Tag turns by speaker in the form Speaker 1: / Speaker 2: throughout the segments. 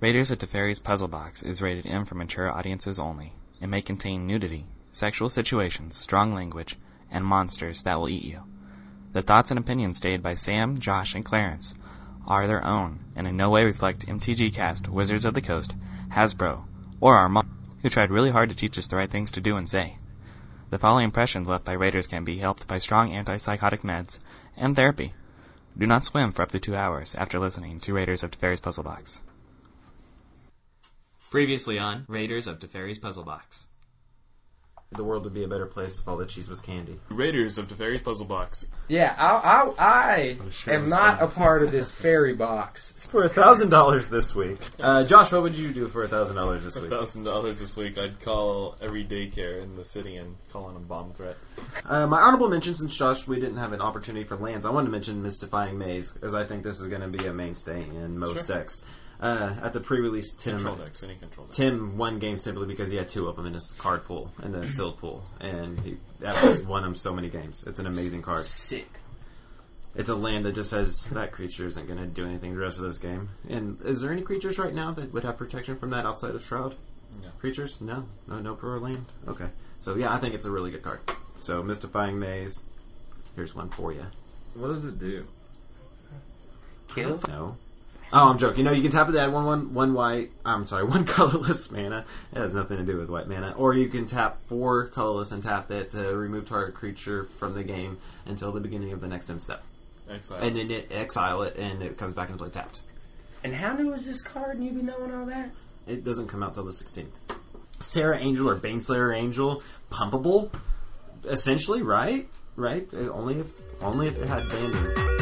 Speaker 1: Raiders of Teferi's Puzzle Box is rated M for mature audiences only, and may contain nudity, sexual situations, strong language, and monsters that will eat you. The thoughts and opinions stated by Sam, Josh, and Clarence are their own and in no way reflect MTG Cast, Wizards of the Coast, Hasbro, or our mom, who tried really hard to teach us the right things to do and say. The following impressions left by Raiders can be helped by strong antipsychotic meds and therapy. Do not swim for up to two hours after listening to Raiders of Teferi's Puzzle Box. Previously on Raiders of Teferi's Puzzle Box.
Speaker 2: The world would be a better place if all the cheese was candy.
Speaker 3: Raiders of Teferi's Puzzle Box.
Speaker 4: Yeah, I, I, I
Speaker 3: sure
Speaker 4: am
Speaker 3: it's
Speaker 4: not
Speaker 3: fine.
Speaker 4: a part of this fairy box.
Speaker 2: For a thousand dollars this week, uh, Josh, what would you do for a thousand dollars this week?
Speaker 3: Thousand dollars this week. I'd call every daycare in the city and call in a bomb threat.
Speaker 2: Uh, my honorable mention, since Josh, we didn't have an opportunity for lands, I wanted to mention Mystifying Maze, as I think this is going to be a mainstay in most
Speaker 3: Sure.
Speaker 2: decks. Uh, at the pre-release, Tim
Speaker 3: Control decks, any control decks.
Speaker 2: Tim won games simply because he had two of them in his card pool and the sealed pool, and he that was won him so many games. It's an amazing card.
Speaker 4: Sick.
Speaker 2: It's a land that just says that creature isn't going to do anything the rest of this game. And is there any creatures right now that would have protection from that outside of Shroud?
Speaker 3: No.
Speaker 2: Creatures? No, no, no per land. Okay, so yeah, I think it's a really good card. So mystifying maze. Here's one for you.
Speaker 5: What does it do?
Speaker 4: Kill?
Speaker 2: No. Oh, I'm joking. No, you can tap it to add one, one, one white. I'm sorry, one colorless mana. It has nothing to do with white mana. Or you can tap four colorless and tap it to remove target creature from the game until the beginning of the next end step,
Speaker 3: Excellent.
Speaker 2: and then it exile it, and it comes back into play tapped.
Speaker 4: And how new is this card and you be knowing all that?
Speaker 2: It doesn't come out till the 16th. Sarah Angel or Baneslayer Angel, pumpable, essentially, right? Right? Uh, Only if only if it had banding.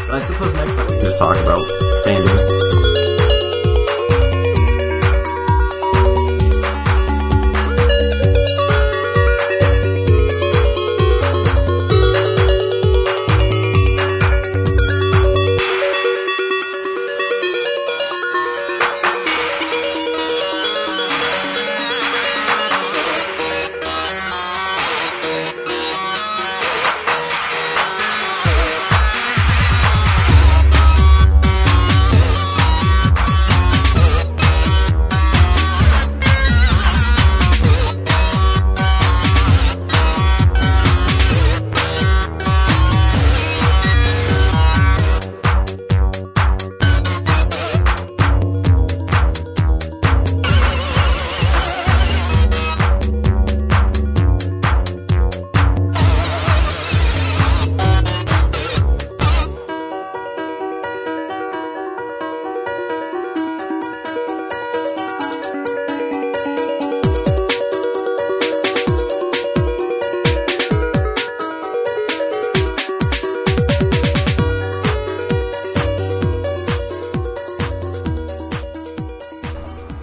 Speaker 2: But I suppose next time we just talk about banding.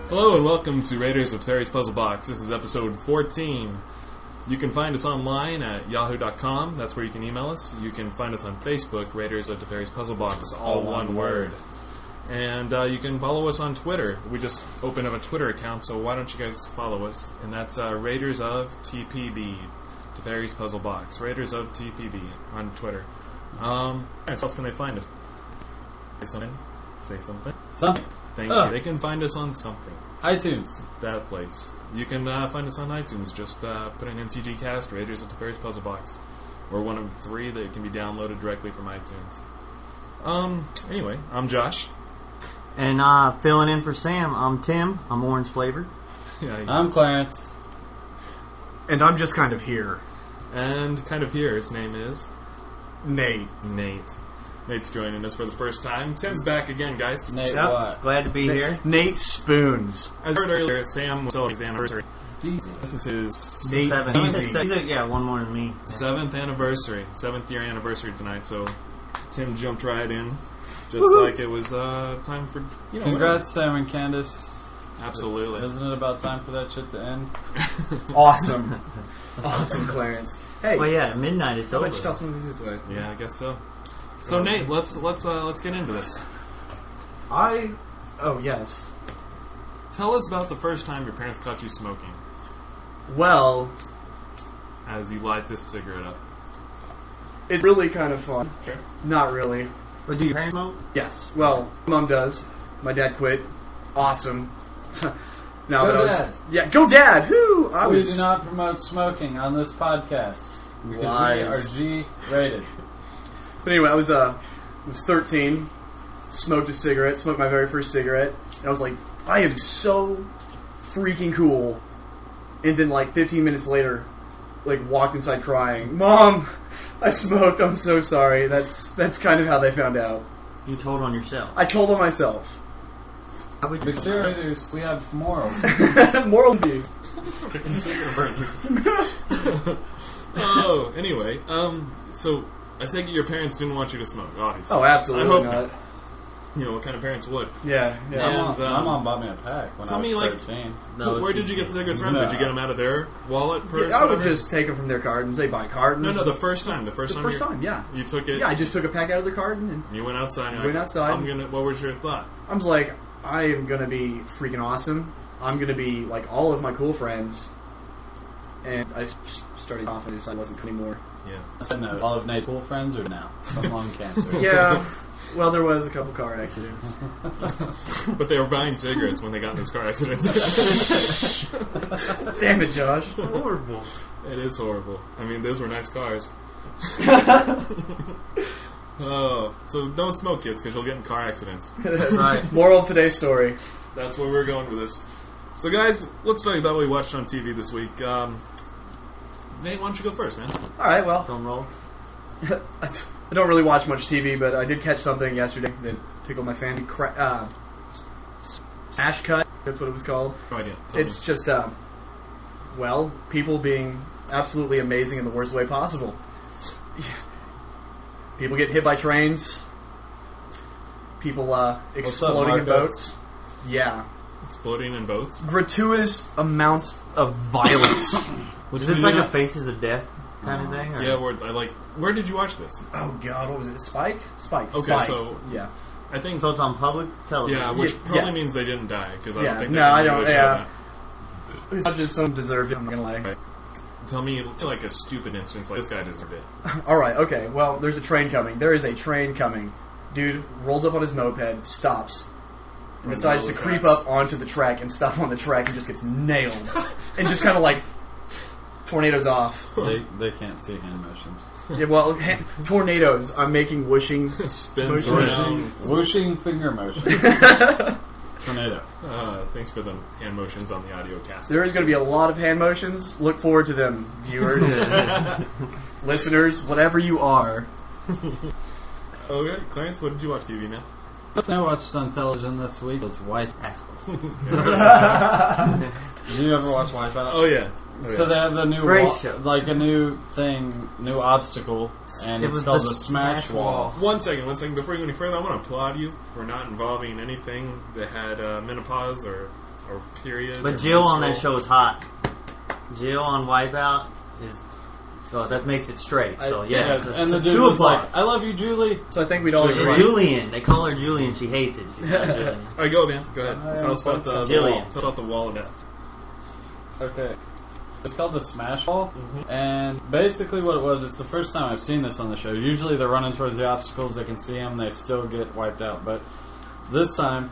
Speaker 3: Hello and welcome to Raiders of Teferi's Puzzle Box. This is episode 14. You can find us online at yahoo.com. That's where you can email us. You can find us on Facebook, Raiders of Teferi's Puzzle Box, all, one, word. And uh, you can follow us on Twitter. We just opened up a Twitter account, so why don't you guys follow us? And that's uh, Raiders of TPB, Teferi's Puzzle Box. Raiders of TPB on Twitter. Um, where else can they find us? Say something. Say something.
Speaker 5: Something.
Speaker 3: Thank
Speaker 5: Oh.
Speaker 3: you. They can find us on something
Speaker 5: iTunes.
Speaker 3: that place. You can uh, find us on iTunes. Just uh, put in MTG Cast Raiders of the Paris Puzzle Box. We're one of three that can be downloaded directly from iTunes. Um. Anyway, I'm Josh.
Speaker 2: And uh, filling in for Sam, I'm Tim. I'm orange flavored.
Speaker 3: Yeah, I
Speaker 5: I'm
Speaker 3: guess.
Speaker 5: Clarence.
Speaker 6: And I'm just kind of here.
Speaker 3: and kind of here. His name is
Speaker 6: Nate.
Speaker 3: Nate. Nate's joining us for the first time. Tim's back again, guys.
Speaker 5: Nate
Speaker 2: Yep.
Speaker 5: what?
Speaker 2: Glad to be here.
Speaker 6: Nate Spoons.
Speaker 3: As heard earlier, Sam was celebrating his anniversary.
Speaker 5: Diesel.
Speaker 3: This is his
Speaker 6: Nate
Speaker 2: Seven.
Speaker 6: Easy.
Speaker 2: He's a- yeah, one more than me.
Speaker 3: seventh anniversary, seventh year anniversary tonight. So Tim jumped right in, just like it was uh, time for you know. whatever.
Speaker 5: Congrats, Sam and Candace.
Speaker 3: Absolutely.
Speaker 5: Isn't it about time for that shit to end?
Speaker 6: Awesome. awesome, Clarence. Hey,
Speaker 2: Well, yeah, midnight it's
Speaker 6: why
Speaker 2: over.
Speaker 6: don't you tell some of these this way?
Speaker 3: Yeah, I guess so. So Nate, let's let's uh, let's get into this.
Speaker 6: I. Oh, yes.
Speaker 3: Tell us about the first time your parents caught you smoking
Speaker 6: Well,
Speaker 3: as you light this cigarette up.
Speaker 6: it's really kind of fun.
Speaker 3: Okay.
Speaker 6: Not really.
Speaker 2: But do your parents smoke?
Speaker 6: Yes. Well, mom does. My dad quit. Awesome. No,
Speaker 5: Go
Speaker 6: but I was-
Speaker 5: Dad.
Speaker 6: yeah, go dad. Who I
Speaker 5: We
Speaker 6: was.
Speaker 5: do not promote smoking on this podcast because we
Speaker 6: Lies.
Speaker 5: are G rated.
Speaker 6: But anyway, I was uh, I was 13, smoked a cigarette, smoked my very first cigarette, and I was like, I am so freaking cool. And then like 15 minutes later, like walked inside crying, Mom, I smoked. I'm so sorry. That's that's kind of how they found out.
Speaker 2: You told on yourself.
Speaker 6: I told on myself.
Speaker 2: How would you
Speaker 5: But G raters, we have morals.
Speaker 6: Moral view.
Speaker 3: oh, anyway, um, so I take it your parents didn't want you to smoke, obviously.
Speaker 6: Oh,
Speaker 3: I
Speaker 6: absolutely
Speaker 3: hope-
Speaker 6: not.
Speaker 3: You know what kind of parents would?
Speaker 6: Yeah, yeah.
Speaker 5: my, mom,
Speaker 3: And, um,
Speaker 5: my mom bought me a pack when
Speaker 3: tell
Speaker 5: I was
Speaker 3: me, like-
Speaker 5: 13.
Speaker 2: No,
Speaker 3: Where
Speaker 2: she
Speaker 3: did you get the cigarettes from?
Speaker 5: No.
Speaker 3: Did you get them out of their wallet, purse,
Speaker 6: Yeah, I would
Speaker 3: whatever?
Speaker 6: just take them from their cartons. They buy cartons.
Speaker 3: No, no, the first time. The first
Speaker 6: The
Speaker 3: time.
Speaker 6: first
Speaker 3: you,
Speaker 6: time, yeah.
Speaker 3: You took it.
Speaker 6: Yeah, I just took a pack out of the carton and
Speaker 3: you went outside. And you're
Speaker 6: Went
Speaker 3: like,
Speaker 6: outside.
Speaker 3: I'm gonna. What was your thought?
Speaker 6: I was like, I am gonna be freaking awesome. I'm gonna be like all of my cool friends. And I s- started off and decided I wasn't cool anymore.
Speaker 3: Yeah.
Speaker 5: Side note, all of Nate's cool friends are now from lung cancer.
Speaker 6: Yeah. well, there was a couple car accidents.
Speaker 3: But they were buying cigarettes when they got in those car accidents.
Speaker 6: Damn it, Josh.
Speaker 2: horrible.
Speaker 3: it is horrible. I mean, those were nice cars. oh, so don't smoke, kids, because you'll get in car accidents.
Speaker 2: Right.
Speaker 6: Moral of today's story.
Speaker 3: That's where we're going with this. So, guys, let's tell you about what we watched on TV this week. Um, Nate, why don't you go first, man?
Speaker 6: All right. Well,
Speaker 2: Drum roll.
Speaker 6: I t- I don't really watch much TV, but I did catch something yesterday that tickled my fancy. Cra- uh, Smash cut. That's what it was called.
Speaker 3: No idea. Tell me.
Speaker 6: It's just, uh, well, people being absolutely amazing in the worst way possible. people get hit by trains. People uh, exploding in
Speaker 5: Marcos?
Speaker 6: boats. Yeah,
Speaker 3: exploding in boats.
Speaker 6: gratuitous amounts of violence.
Speaker 2: Is this like a Faces of Death kind of thing? Or?
Speaker 3: Yeah, where, I like. Where did you watch this?
Speaker 6: oh God, what was it? Spike? Spike?
Speaker 3: Okay,
Speaker 6: Spike.
Speaker 3: so-
Speaker 6: yeah,
Speaker 3: I think.
Speaker 2: So it's on public television.
Speaker 3: Yeah, which
Speaker 6: Yeah.
Speaker 3: probably means they didn't die because I
Speaker 6: Yeah,
Speaker 3: don't think.
Speaker 6: no,
Speaker 3: they
Speaker 6: I
Speaker 3: really
Speaker 6: don't-
Speaker 3: showed
Speaker 6: yeah. it's not just some deserved. it, I'm not gonna lie.
Speaker 3: Right. that. Tell me, tell like a stupid instance like this guy deserved it.
Speaker 6: All right, okay. Well, there's a train coming. There is a train coming. Dude rolls up on his moped, stops, and decides to
Speaker 3: the
Speaker 6: creep
Speaker 3: tracks.
Speaker 6: up onto the track and stop on the track and just gets nailed, and just kind of like tornadoes off.
Speaker 5: they, they can't see hand motions.
Speaker 6: Yeah, well, tornadoes. I'm making wishing.
Speaker 3: Spins
Speaker 6: Motion.
Speaker 3: around.
Speaker 5: Whooshing finger motion. Tornado.
Speaker 3: Uh, thanks for the hand motions on the audio cast.
Speaker 6: There is going to be a lot of hand motions. Look forward to them, viewers, listeners, whatever you are.
Speaker 3: Okay, Oh, Clarence, what did you watch TV, man?
Speaker 5: Last thing I watched on television this week was White.
Speaker 2: Asshole.
Speaker 5: Did you ever watch White Out?
Speaker 3: Oh yeah. Oh, yeah.
Speaker 5: So they have a new
Speaker 2: Great
Speaker 5: wall,
Speaker 2: show.
Speaker 5: like a new thing, new obstacle, and
Speaker 2: It
Speaker 5: it's
Speaker 2: was
Speaker 5: called
Speaker 2: the
Speaker 5: the Smash,
Speaker 2: Smash
Speaker 5: Wall.
Speaker 2: Wall.
Speaker 3: One second, one second. Before you go any further, I want to applaud you for not involving anything that had uh, menopause or or period.
Speaker 2: But Jill on that show is hot. Jill on Wipeout is. Well, that makes it straight. So,
Speaker 5: I-
Speaker 2: yes.
Speaker 5: yeah,
Speaker 2: it's
Speaker 5: and the
Speaker 2: a
Speaker 5: dude
Speaker 2: two
Speaker 5: was
Speaker 2: o'clock.
Speaker 5: like, oh, "I love you, Julie."
Speaker 6: So I think we'd all
Speaker 2: And
Speaker 6: agree.
Speaker 2: Julian. They call her Julian. She hates it. She's not Julian.
Speaker 3: All right, go man. Go ahead. Tell us about the
Speaker 2: Jillian.
Speaker 3: wall. Tell us about the wall of death.
Speaker 5: Okay. It's called the Smash Wall, and basically what it was, it's the first time I've seen this on the show. Usually they're running towards the obstacles, they can see them, they still get wiped out. But this time,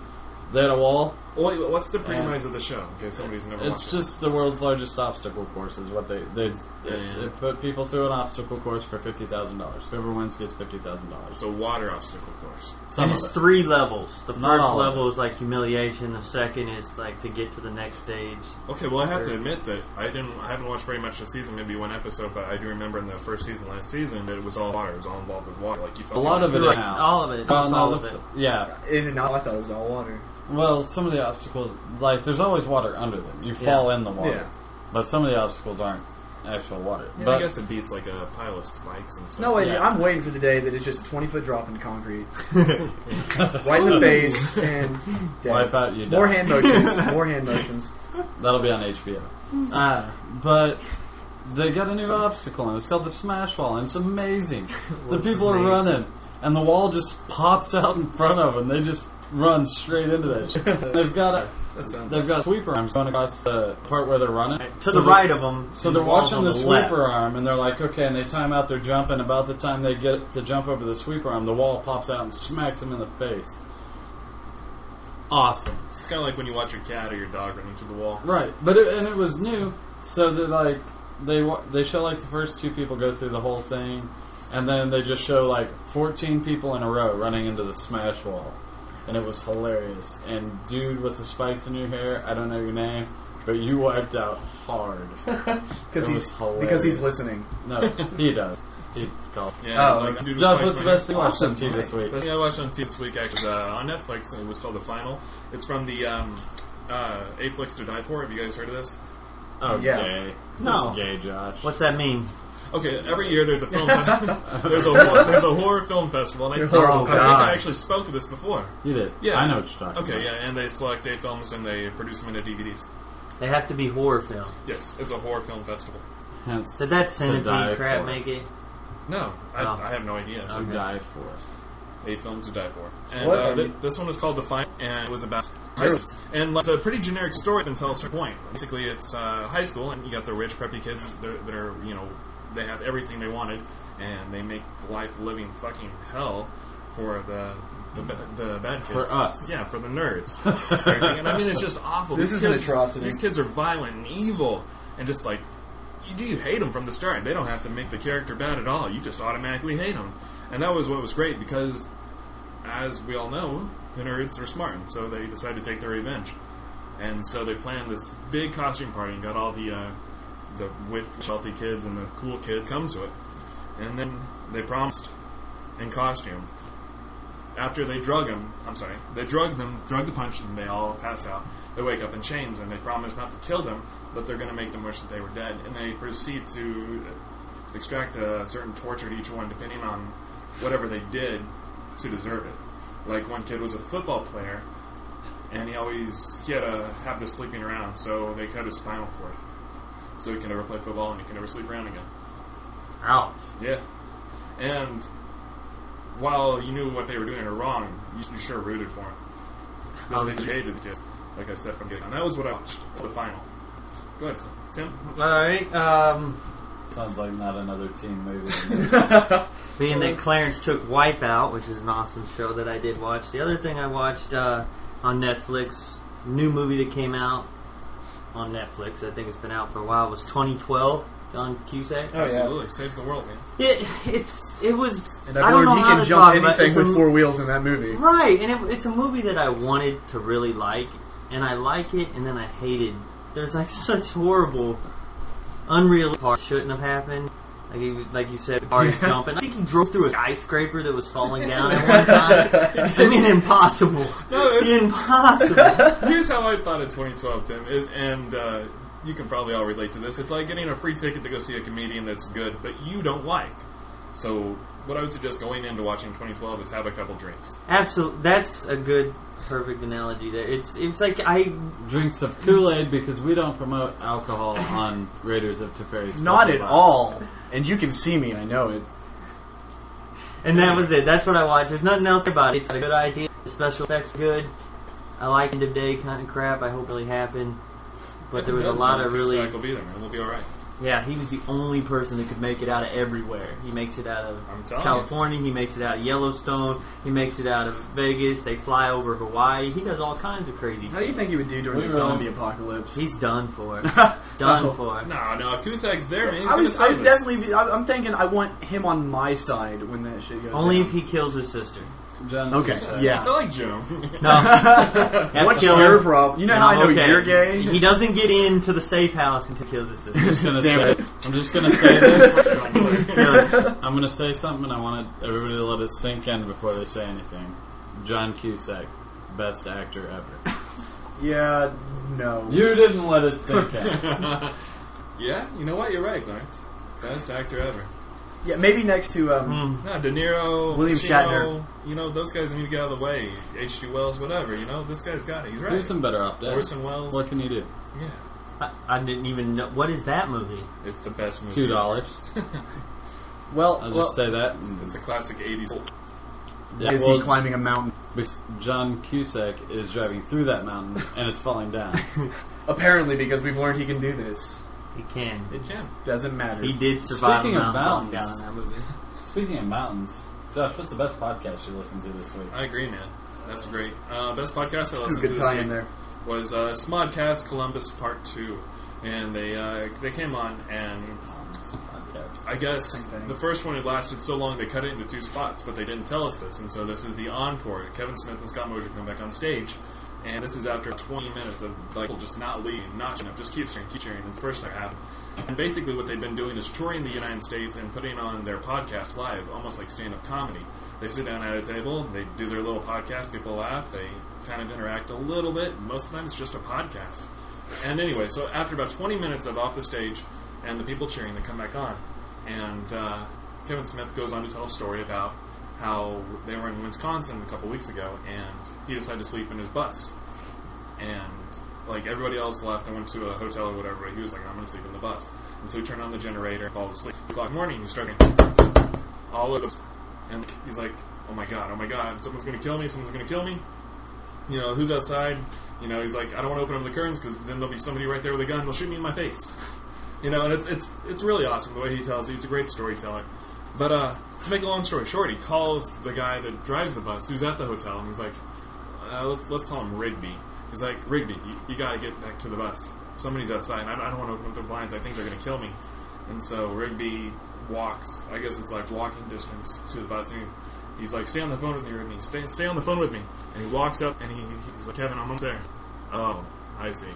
Speaker 5: they had a wall.
Speaker 3: Oh, wait, what's the premise of the show? Okay, somebody's never
Speaker 5: It's
Speaker 3: watched it.
Speaker 5: just the world's largest obstacle course is what they they, they,
Speaker 3: Yeah.
Speaker 5: they put people through an obstacle course for fifty thousand dollars. Whoever wins gets fifty thousand dollars.
Speaker 3: It's a water obstacle course.
Speaker 5: Some
Speaker 2: And
Speaker 5: of
Speaker 2: it's
Speaker 5: it.
Speaker 2: three levels. The
Speaker 5: Not
Speaker 2: first
Speaker 5: all of
Speaker 2: level is like humiliation. The second is like to get to the next stage.
Speaker 3: Okay, well, I have to admit that I didn't. I haven't watched very much this season. Maybe one episode, but I do remember in the first season last season that it was all water. It was all involved with water. Like you felt
Speaker 5: A lot of it
Speaker 2: Right,
Speaker 5: is now.
Speaker 2: all of it.
Speaker 5: Well,
Speaker 2: Almost
Speaker 5: no,
Speaker 2: all
Speaker 5: Um, the
Speaker 2: of it.
Speaker 5: f- Yeah.
Speaker 6: Is it not? I thought it was all water.
Speaker 5: Well, some of the obstacles, like there's always water under them. You fall in the water,
Speaker 6: Yeah.
Speaker 5: but some of the obstacles aren't actual water.
Speaker 3: Yeah,
Speaker 5: but
Speaker 3: I guess it beats like a pile of spikes and stuff.
Speaker 6: No way, dude,
Speaker 5: Yeah.
Speaker 6: I'm waiting for the day that it's just a 20 foot drop in concrete. right in the face and dead.
Speaker 5: wipe out you.
Speaker 6: More
Speaker 5: die.
Speaker 6: hand motions. More hand motions.
Speaker 5: That'll be on HBO. Uh, but they got a new obstacle, and it's called the Smash Wall, and it's amazing. the people are running, and the wall just pops out in front of them. They just run straight into that. shit. they've got a
Speaker 3: That sounds-
Speaker 5: they've got a sweeper arms going across the part where they're running
Speaker 2: To
Speaker 5: So
Speaker 2: the
Speaker 5: they're-
Speaker 2: right of them.
Speaker 5: So they're watching the sweeper arm, and they're like, okay, and they time out their jump, and about the time they get to jump over the sweeper arm, the wall pops out and smacks them in the face. awesome.
Speaker 3: It's kind of like when you watch your cat or your dog running through the wall.
Speaker 5: Right, but it, and it was new, so that like they wa- they show like the first two people go through the whole thing, and then they just show like fourteen people in a row running into the smash wall, and it was hilarious. And dude with the spikes in your hair, I don't know your name, but you wiped out hard.
Speaker 6: because
Speaker 5: It was
Speaker 6: he's
Speaker 5: hilarious.
Speaker 6: because he's listening.
Speaker 5: No, he does. He golf.
Speaker 3: Yeah.
Speaker 6: Oh,
Speaker 3: it's
Speaker 6: okay.
Speaker 3: like, dude, it was
Speaker 5: Josh,
Speaker 3: my
Speaker 5: what's the
Speaker 3: swinger.
Speaker 5: best thing you watched on TV this week?
Speaker 3: Best thing I watched on TV this week actually was uh, on Netflix, and it was called The Final. It's from the um, uh, Apeflix to Die For. Have you guys heard of this?
Speaker 5: Oh,
Speaker 6: Yeah.
Speaker 5: gay.
Speaker 2: No.
Speaker 5: It's gay, Josh.
Speaker 2: What's that mean?
Speaker 3: Okay, every year there's a film. there's a hor- there's a horror film festival. And I,
Speaker 6: They're
Speaker 3: I
Speaker 6: horrible.
Speaker 3: think I
Speaker 2: God.
Speaker 3: actually spoke of this before.
Speaker 5: You did.
Speaker 3: Yeah.
Speaker 5: I know what you're talking
Speaker 3: Okay,
Speaker 5: about.
Speaker 3: yeah, and they select eight films and they produce them into DVDs.
Speaker 2: They have to be horror film.
Speaker 3: Yes, it's a horror film festival.
Speaker 5: Hence,
Speaker 2: Did that
Speaker 5: to
Speaker 2: centipede
Speaker 5: die
Speaker 2: crap
Speaker 5: for.
Speaker 2: make it?
Speaker 3: No, I,
Speaker 2: Oh.
Speaker 3: I have no idea.
Speaker 5: To die for.
Speaker 3: Eight films to die for. And
Speaker 6: What
Speaker 3: uh,
Speaker 6: are
Speaker 3: th-
Speaker 6: you-
Speaker 3: this one was called The Final, and it was about
Speaker 6: Really?
Speaker 3: ISIS. And like, it's a pretty generic story up until a certain point. Basically, it's uh, high school, and you got the rich, preppy kids that are, that are, you know, they have everything they wanted, and they make life living fucking hell for the. The, ba- the bad kids.
Speaker 5: For us.
Speaker 3: Yeah, for the nerds. and I mean, it's just awful.
Speaker 6: This
Speaker 3: These
Speaker 6: is an
Speaker 3: kids-
Speaker 6: atrocity.
Speaker 3: These kids are violent and evil, and just like you do, you hate them from the start. They don't have to make the character bad at all. You just automatically hate them, and that was what was great because, as we all know, the nerds are smart, and so they decided to take their revenge, and so they planned this big costume party and got all the uh, the wit, wealthy kids and the cool kid come to it, and then they promised in costume. After they drug them, I'm sorry, they drug them, drug the punch, and they all pass out. They wake up in chains, and they promise not to kill them, but they're going to make them wish that they were dead. And they proceed to extract a certain torture to each one, depending on whatever they did to deserve it. Like one kid was a football player, and he always he had a habit of sleeping around, so they cut his spinal cord, so he can never play football and he can never sleep around again.
Speaker 2: Ouch.
Speaker 3: Yeah. And while you knew what they were doing were wrong, you, you sure rooted for them.
Speaker 2: Oh,
Speaker 3: Because they jaded the kids, like I said from getting. And that was what I watched the final. Go ahead, Tim.
Speaker 2: Alright, um,
Speaker 5: Sounds like not another teen movie.
Speaker 2: being that Clarence took Wipeout, which is an awesome show that I did watch. The other thing I watched uh, on Netflix, new movie that came out on Netflix, I think it's been out for a while, was 2012. John Cusack.
Speaker 6: Oh, yeah.
Speaker 3: Absolutely, saves the world, man.
Speaker 2: It, it's it was.
Speaker 6: And
Speaker 2: I
Speaker 6: I've
Speaker 2: don't
Speaker 6: learned
Speaker 2: know
Speaker 6: he
Speaker 2: how
Speaker 6: can
Speaker 2: to
Speaker 6: jump
Speaker 2: talk about it.
Speaker 6: anything
Speaker 2: It's a
Speaker 6: with
Speaker 2: mo-
Speaker 6: four wheels in that movie.
Speaker 2: Right, and it, it's a movie that I wanted to really like, and I like it, and then I hated. There's like such horrible, unreal parts that shouldn't have happened. Like you, like you said, cars jumping. I think he drove through a skyscraper that was falling down at one time. I mean, impossible.
Speaker 3: No, it's-
Speaker 2: impossible.
Speaker 3: Here's how I thought of 2012, Tim, it, and uh, you can probably all relate to this. It's like getting a free ticket to go see a comedian that's good, but you don't like. So, what I would suggest going into watching 2012 is have a couple drinks.
Speaker 2: Absolutely, that's a good, perfect analogy there. It's it's like I
Speaker 5: Drinks of Kool Aid because we don't promote alcohol on Raiders of Teferi's.
Speaker 6: Not
Speaker 5: Special
Speaker 6: at
Speaker 5: Box.
Speaker 6: all. And you can see me. I know it.
Speaker 2: And that was it. That's what I watched. There's nothing else about it. It's a good idea. The special effects are good. I like end of day kind of crap. I hope it really happened. But there was a lot of really.
Speaker 3: Zach will be there, man. We'll be all right.
Speaker 2: Yeah, he was the only person that could make it out of everywhere. He makes it out of
Speaker 3: I'm telling you.
Speaker 2: California. He makes it out of Yellowstone. He makes it out of Vegas. They fly over Hawaii. He does all kinds of crazy.
Speaker 6: How do you
Speaker 2: shit.
Speaker 6: think he would do during
Speaker 5: We
Speaker 6: the
Speaker 5: will.
Speaker 6: zombie apocalypse?
Speaker 2: He's done for. done
Speaker 6: No.
Speaker 2: for.
Speaker 3: No, no, Cusack's there, man. He's
Speaker 6: I
Speaker 3: going to
Speaker 6: was, I
Speaker 3: save
Speaker 6: was
Speaker 3: us.
Speaker 6: definitely. be- I- I'm thinking. I want him on my side when that shit goes.
Speaker 2: Only
Speaker 6: down.
Speaker 2: if he kills his sister.
Speaker 5: John
Speaker 6: Okay.
Speaker 5: Cusack.
Speaker 3: I
Speaker 6: Yeah.
Speaker 3: like Joe.
Speaker 2: No. Have to
Speaker 6: What's
Speaker 2: kill
Speaker 6: your
Speaker 2: him.
Speaker 6: problem? You know how I
Speaker 2: No,
Speaker 6: know
Speaker 2: okay.
Speaker 6: you're gay.
Speaker 2: He doesn't get into the safe house until he kills his sister.
Speaker 5: I'm just gonna
Speaker 6: Damn
Speaker 5: say. I'm just gonna say this.
Speaker 2: Yeah.
Speaker 5: I'm gonna say something, and I wanted everybody to let it sink in before they say anything. John Cusack, best actor ever.
Speaker 6: Yeah. No.
Speaker 5: You didn't let it sink in.
Speaker 3: yeah, you know what? You're right, Clarence. Best actor ever.
Speaker 6: yeah. Maybe next to um.
Speaker 3: No, De Niro,
Speaker 6: William
Speaker 3: Pacino, You know, those guys need to get out of the way. H.G. Wells, whatever. You know, this guy's got it. He's
Speaker 5: Do
Speaker 3: right.
Speaker 5: some better off days.
Speaker 3: Orson Welles.
Speaker 5: What can you do?
Speaker 3: Yeah,
Speaker 2: I, I didn't even know what is that movie.
Speaker 3: it's the best movie.
Speaker 5: Two dollars.
Speaker 6: Well,
Speaker 5: I'll
Speaker 6: well,
Speaker 5: just say that. and-
Speaker 3: It's a classic '80s.
Speaker 5: yeah,
Speaker 6: is
Speaker 5: well,
Speaker 6: he climbing a mountain?
Speaker 5: because John Cusack is driving through that mountain and it's falling down.
Speaker 6: Apparently, because we've learned he can do this.
Speaker 2: He can.
Speaker 3: It can.
Speaker 6: Doesn't matter.
Speaker 2: He did survive
Speaker 5: Speaking
Speaker 2: a
Speaker 5: of
Speaker 2: mountain lockdown
Speaker 5: mountains.
Speaker 2: in that movie.
Speaker 5: Speaking of mountains, Josh, what's the best podcast you listened to this week?
Speaker 3: I agree, man. That's great. Uh, best podcast I listened to
Speaker 6: Good
Speaker 3: this
Speaker 6: tie
Speaker 3: week
Speaker 6: in there.
Speaker 3: was uh, Smodcast Columbus Part Two, and they uh, they came on and I guess
Speaker 6: Same thing.
Speaker 3: the first one had lasted so long they cut it into two spots, but they didn't tell us this, and so this is the encore. Kevin Smith and Scott Mosier come back on stage, and this is after 20 minutes of like people just not leaving, not showing up, just keep cheering, keep cheering, and the first thing that happened. And basically, what they've been doing is touring the United States and putting on their podcast live, almost like stand-up comedy. They sit down at a table, they do their little podcast, people laugh, they kind of interact a little bit. Most of the time, it's just a podcast. And anyway, so after about 20 minutes of off the stage and the people cheering, they come back on. And uh, Kevin Smith goes on to tell a story about how they were in Wisconsin a couple weeks ago and he decided to sleep in his bus. And like everybody else left and went to a hotel or whatever, but he was like, I'm going to sleep in the bus. And so he turned on the generator, falls asleep. O'clock in the morning, he's starting all of us. And he's like, oh my god, oh my god, someone's going to kill me, someone's going to kill me you know, who's outside? You know, he's like, I don't want to open up the curtains because then there'll be somebody right there with a gun. They'll shoot me in my face. You know, and it's it's it's really awesome the way he tells. it. He's a great storyteller. But uh, to make a long story short, he calls the guy that drives the bus, who's at the hotel, and he's like, uh, let's let's call him Rigby. He's like, Rigby, you, you got to get back to the bus. Somebody's outside. And I, I don't want to open up the blinds. I think they're going to kill me. And so Rigby walks. I guess it's like walking distance to the bus. And he, he's like, stay on the phone with me, Rigby. Stay stay on the phone with me. And he walks up and he, he's like, Kevin, I'm almost there. Oh, I see.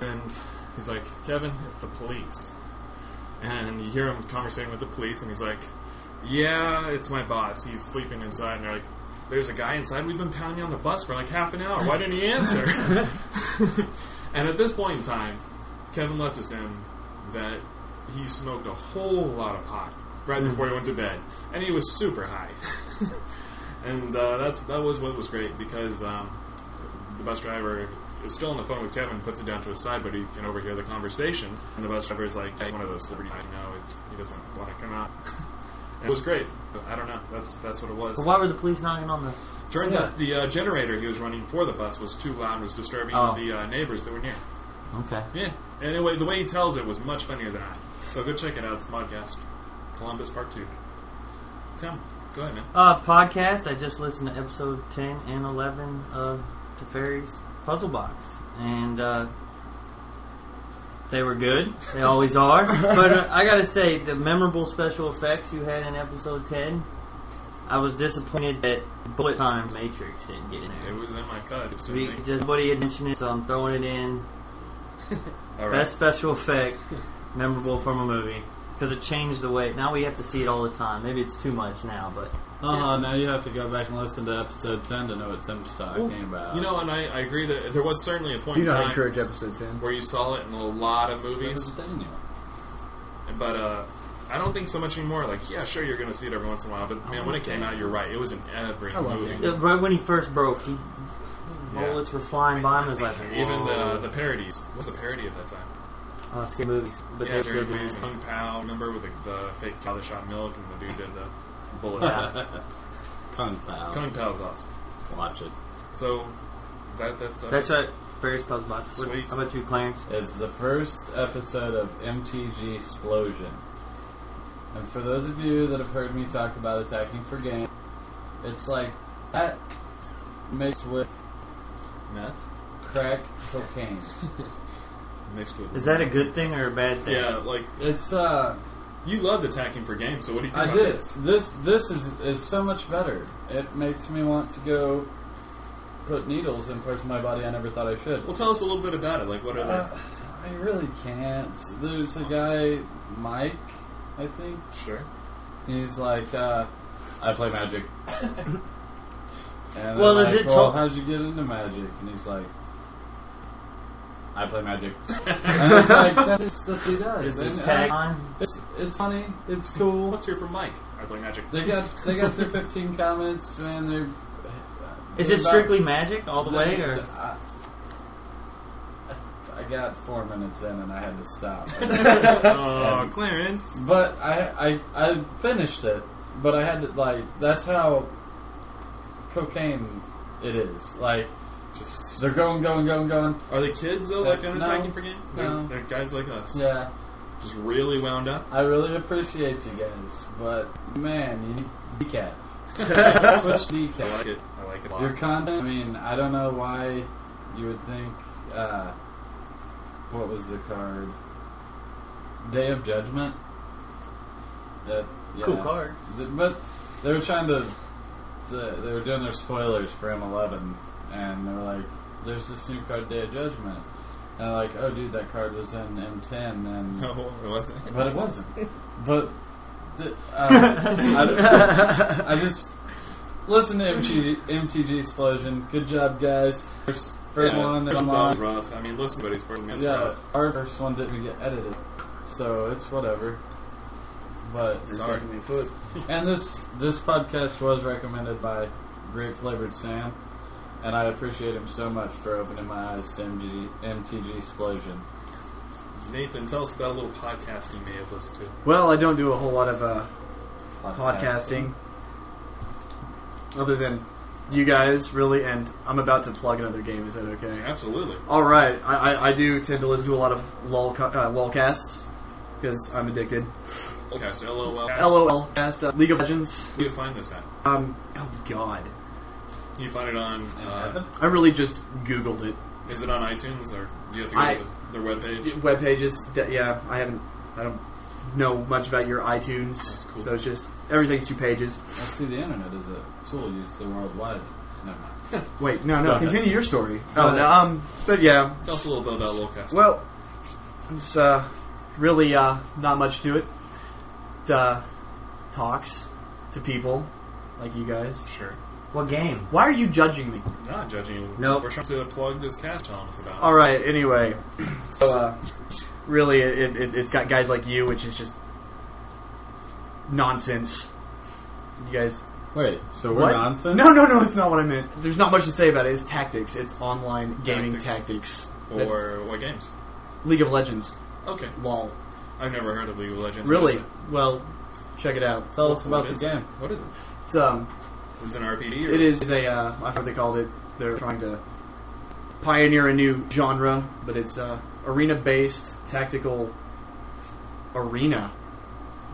Speaker 3: And he's like, Kevin, it's the police. And you hear him conversating with the police, and he's like, Yeah, it's my boss. He's sleeping inside. And they're like, There's a guy inside. We've been pounding on the bus for like half an hour. Why didn't he answer? and at this point in time, Kevin lets us in that he smoked a whole lot of pot right before he went to bed, and he was super high. and uh, that's that was what was great because um, the bus driver is still on the phone with Kevin, puts it down to his side, but he can overhear the conversation. And the bus driver is like, hey, one of those celebrities I know, it's, he doesn't want to come out. And it was great. I don't know. That's that's what it was.
Speaker 2: But why were the police knocking on the?
Speaker 3: Turns out the uh, generator he was running for the bus was too loud, and was disturbing
Speaker 2: Oh.
Speaker 3: the uh, neighbors that were near.
Speaker 2: Okay.
Speaker 3: Yeah. Anyway, the way he tells it was much funnier than I. So go check it out. It's Modcast. Columbus Part 2. Tim, go ahead, man.
Speaker 2: Uh, podcast. I just listened to episode ten and eleven of Teferi's Puzzle Box, and uh, they were good. They always are. but uh, I gotta say, the memorable special effects you had in episode ten, I was disappointed that Bullet Time Matrix didn't get in
Speaker 3: It
Speaker 2: there.
Speaker 3: was in my cut. It's too
Speaker 2: We,
Speaker 3: big.
Speaker 2: just nobody had mentioned it, so I'm throwing it in.
Speaker 3: All right.
Speaker 2: Best special effect memorable from a movie because it changed the way. Now we have to see it all the time. Maybe it's too much now, but
Speaker 5: Uh-huh, now you have to go back and listen to episode 10 to know what Tim's talking about.
Speaker 3: You know, and I, I agree that there was certainly a point
Speaker 6: Do
Speaker 3: in
Speaker 6: not
Speaker 3: time
Speaker 6: encourage episode 10.
Speaker 3: where you saw it in a lot of
Speaker 5: This
Speaker 3: movies,
Speaker 5: is Daniel.
Speaker 3: but uh, I don't think so much anymore. Like, yeah, sure, you're going to see it every once in a while, but man, when it came out, you're right. It was in every
Speaker 6: I love
Speaker 3: movie.
Speaker 6: it.
Speaker 2: Yeah, right when he first broke, he
Speaker 3: Yeah.
Speaker 2: bullets were flying by him. It was like whoa.
Speaker 3: Even uh, the, the parodies. What's the parody at that time?
Speaker 2: oh, scary movies, but
Speaker 3: yeah,
Speaker 2: they're still
Speaker 3: Jerry
Speaker 2: doing
Speaker 3: Lee's
Speaker 2: it.
Speaker 3: Kung Pao. Remember with the, the fake cow that shot milk and the dude did the bullet. time.
Speaker 5: Kung Pao.
Speaker 3: Kung Pao's awesome.
Speaker 5: Watch it.
Speaker 3: So that that's uh,
Speaker 2: That's right. Ferris puzzle box. What-
Speaker 3: Sweet.
Speaker 2: How about you, Clarence?
Speaker 5: It's the first episode of MTG Explosion. And for those of you that have heard me talk about attacking for game, it's like that mixed with
Speaker 3: meth
Speaker 5: crack cocaine.
Speaker 3: mixed with
Speaker 2: Is that a good thing or a bad thing?
Speaker 3: yeah? Like
Speaker 5: It's uh
Speaker 3: you loved attacking for game. So what do you think
Speaker 5: I
Speaker 3: about
Speaker 5: did.
Speaker 3: this?
Speaker 5: This this is is so much better. It makes me want to go put needles in parts of my body I never thought I should.
Speaker 3: Well, tell us a little bit about it. Like what are
Speaker 5: Uh,
Speaker 3: the
Speaker 5: I really can't. There's a guy, Mike, I think.
Speaker 3: sure?
Speaker 5: He's like, uh, I play magic. and
Speaker 2: Well,
Speaker 5: I'm
Speaker 2: is
Speaker 5: like,
Speaker 2: it
Speaker 5: well,
Speaker 2: to-
Speaker 5: how'd you get into magic? And he's like, I play magic. and it's like, that's just what he does.
Speaker 2: Is
Speaker 5: And,
Speaker 2: this
Speaker 5: uh,
Speaker 2: tagline?
Speaker 5: it's, it's funny. It's cool.
Speaker 3: Let's hear from Mike. I play magic.
Speaker 5: They got they got their 15 comments, man. They're
Speaker 2: Is
Speaker 5: they're
Speaker 2: it
Speaker 5: about-
Speaker 2: strictly magic all the way, or
Speaker 5: I, uh, I got four minutes in and I had to stop.
Speaker 3: Oh, Clarence.
Speaker 5: But I, I I finished it, but I had to like that's how cocaine it is. Like
Speaker 3: Just
Speaker 5: they're going, going, going, going.
Speaker 3: are they kids though? Like on
Speaker 5: No.
Speaker 3: attacking for game? They're,
Speaker 5: No.
Speaker 3: they're guys like us.
Speaker 5: Yeah,
Speaker 3: Just really wound up.
Speaker 5: I really appreciate you guys, but man, you need decaf. Switch
Speaker 3: I like
Speaker 5: kneecap.
Speaker 3: it. I like it a lot.
Speaker 5: Your content. I mean, I don't know why you would think. Uh, what was the card? Day of Judgment. That yeah.
Speaker 2: Cool card.
Speaker 5: Th- But they were trying to. The, they were doing their spoilers for M11, and they were like, "There's this new card, Day of Judgment," and they're like, "Oh, dude, that card was in M10, and
Speaker 3: No, it wasn't.
Speaker 5: but it wasn't. But the, uh, I, I just listen to MTG, MTG Explosion. Good job, guys. First, first
Speaker 3: yeah,
Speaker 5: one
Speaker 3: it's
Speaker 5: is
Speaker 3: always
Speaker 5: online.
Speaker 3: rough. I mean, listen to buddy's first man's
Speaker 5: Yeah,
Speaker 3: rough.
Speaker 5: our first one didn't get edited, so it's whatever. But
Speaker 3: Sorry.
Speaker 5: and this this podcast was recommended by Great Flavored Sam, and I appreciate him so much for opening my eyes to MG, MTG Explosion.
Speaker 3: Nathan, tell us about a little podcast you may have listened to.
Speaker 6: Well, I don't do a whole lot of uh, podcasting, other than you guys, really. And I'm about to plug another game. Is that okay?
Speaker 3: Absolutely.
Speaker 6: All right, I, I, I do tend to listen to a lot of lol co- uh, lolcasts because I'm addicted.
Speaker 3: Okay, so LOL.
Speaker 6: LOL cast uh, League of Legends.
Speaker 3: You can find this at.
Speaker 6: Um, oh God,
Speaker 3: You can find it on. Uh,
Speaker 6: I really just Googled it.
Speaker 3: is it on iTunes or do you have to go
Speaker 6: I-
Speaker 3: to their webpage?
Speaker 6: Web pages, d- yeah. I haven't. I don't know much about your iTunes,
Speaker 3: That's cool.
Speaker 6: so it's just everything's two pages.
Speaker 5: Let's see, the internet is a tool used to worldwide. Never mind.
Speaker 6: Wait, no,
Speaker 5: Go
Speaker 6: no.
Speaker 5: ahead.
Speaker 6: Continue your story.
Speaker 5: Go
Speaker 6: Oh
Speaker 5: ahead.
Speaker 6: no, um, but yeah.
Speaker 3: Tell us a little bit about LOLcast.
Speaker 6: Well, it's uh, really uh, not much to it. It uh, talks to people like you guys.
Speaker 3: sure.
Speaker 2: What game?
Speaker 6: Why are you judging me?
Speaker 3: Not judging you.
Speaker 6: Nope.
Speaker 3: We're trying to plug this cast telling us about.
Speaker 6: All right. Anyway, so uh, really, it, it, it's got guys like you, which is just nonsense. You guys,
Speaker 5: Wait, so we're
Speaker 6: what?
Speaker 5: nonsense?
Speaker 6: No, no, no. It's not what I meant. There's not much to say about it. It's tactics. It's online gaming
Speaker 3: Tactics.
Speaker 6: tactics.
Speaker 3: Or what games?
Speaker 6: That's League of Legends.
Speaker 3: Okay.
Speaker 6: Lol.
Speaker 3: I've never heard of League of Legends. What
Speaker 6: Really?
Speaker 3: is it?
Speaker 6: Well, check it out.
Speaker 5: Tell us
Speaker 3: What
Speaker 5: about the
Speaker 3: is it?
Speaker 5: game.
Speaker 3: What is it?
Speaker 6: It's um,
Speaker 3: Is it an RPG? Or
Speaker 6: it is a uh, I forget what they called it. They're trying to pioneer a new genre, but it's uh, arena-based tactical arena.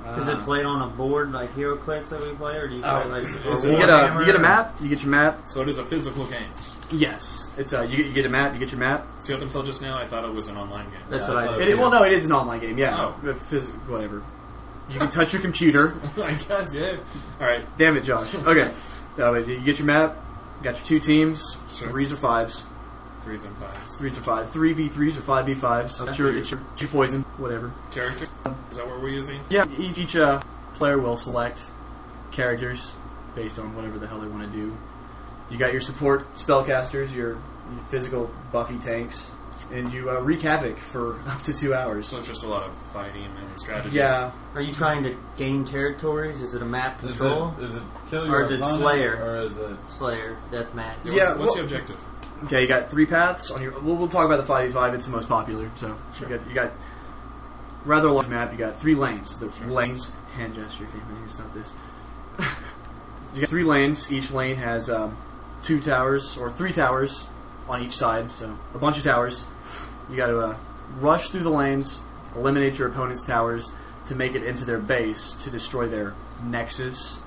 Speaker 3: Uh,
Speaker 6: Uh,
Speaker 2: Is it played on a board like HeroClix that we play, or do you play
Speaker 6: Oh,
Speaker 2: like
Speaker 3: it's-
Speaker 2: or
Speaker 3: it's-
Speaker 6: You get a
Speaker 2: Warhammer?
Speaker 6: you get a map. You get your map.
Speaker 3: So it is a physical game.
Speaker 6: Yes, it's a you, you get a map. You get your map.
Speaker 3: See up until just now, I thought it was an online game.
Speaker 6: That's
Speaker 5: Yeah,
Speaker 6: what
Speaker 5: I
Speaker 6: I.
Speaker 5: thought
Speaker 6: It,
Speaker 5: it was-
Speaker 6: well, no, it is an online game. Yeah,
Speaker 3: Oh.
Speaker 6: But phys- whatever. You can touch your computer.
Speaker 3: I guess, yeah. All right.
Speaker 6: Damn it, Josh. Okay, no, but you get your map. You got your two teams.
Speaker 3: Sure.
Speaker 6: Threes or fives.
Speaker 3: Threes and fives.
Speaker 6: Threes or five. Three v threes or five v fives.
Speaker 2: Okay.
Speaker 6: It's your it's your, it's your poison. Whatever.
Speaker 3: Character? Is that what we're using?
Speaker 6: Yeah, each, each uh, player will select characters based on whatever the hell they want to do. You got your support spellcasters, your, your physical buffy tanks, and you uh, wreak havoc for up to two hours.
Speaker 3: So it's just a lot of fighting and strategy.
Speaker 6: Yeah,
Speaker 2: Are you trying to gain territories? Is it a map
Speaker 5: Is
Speaker 2: control?
Speaker 5: it, is it kill your
Speaker 2: Or is it
Speaker 5: opponent,
Speaker 2: Slayer?
Speaker 5: Or is it
Speaker 2: Slayer, Deathmatch.
Speaker 3: Yeah,
Speaker 6: Yeah,
Speaker 3: what's, what's
Speaker 6: well-
Speaker 3: the objective?
Speaker 6: Okay, you got three paths on your. We'll, we'll talk about the five v five. It's the most popular. So
Speaker 3: Sure.
Speaker 6: you got you got rather large map. You got three lanes. The
Speaker 3: Sure.
Speaker 6: lanes hand gesture. Okay, maybe it's not this. you got three lanes. Each lane has um, two towers or three towers on each side. So a bunch of towers. You got to uh, rush through the lanes, eliminate your opponent's towers to make it into their base to destroy their nexus.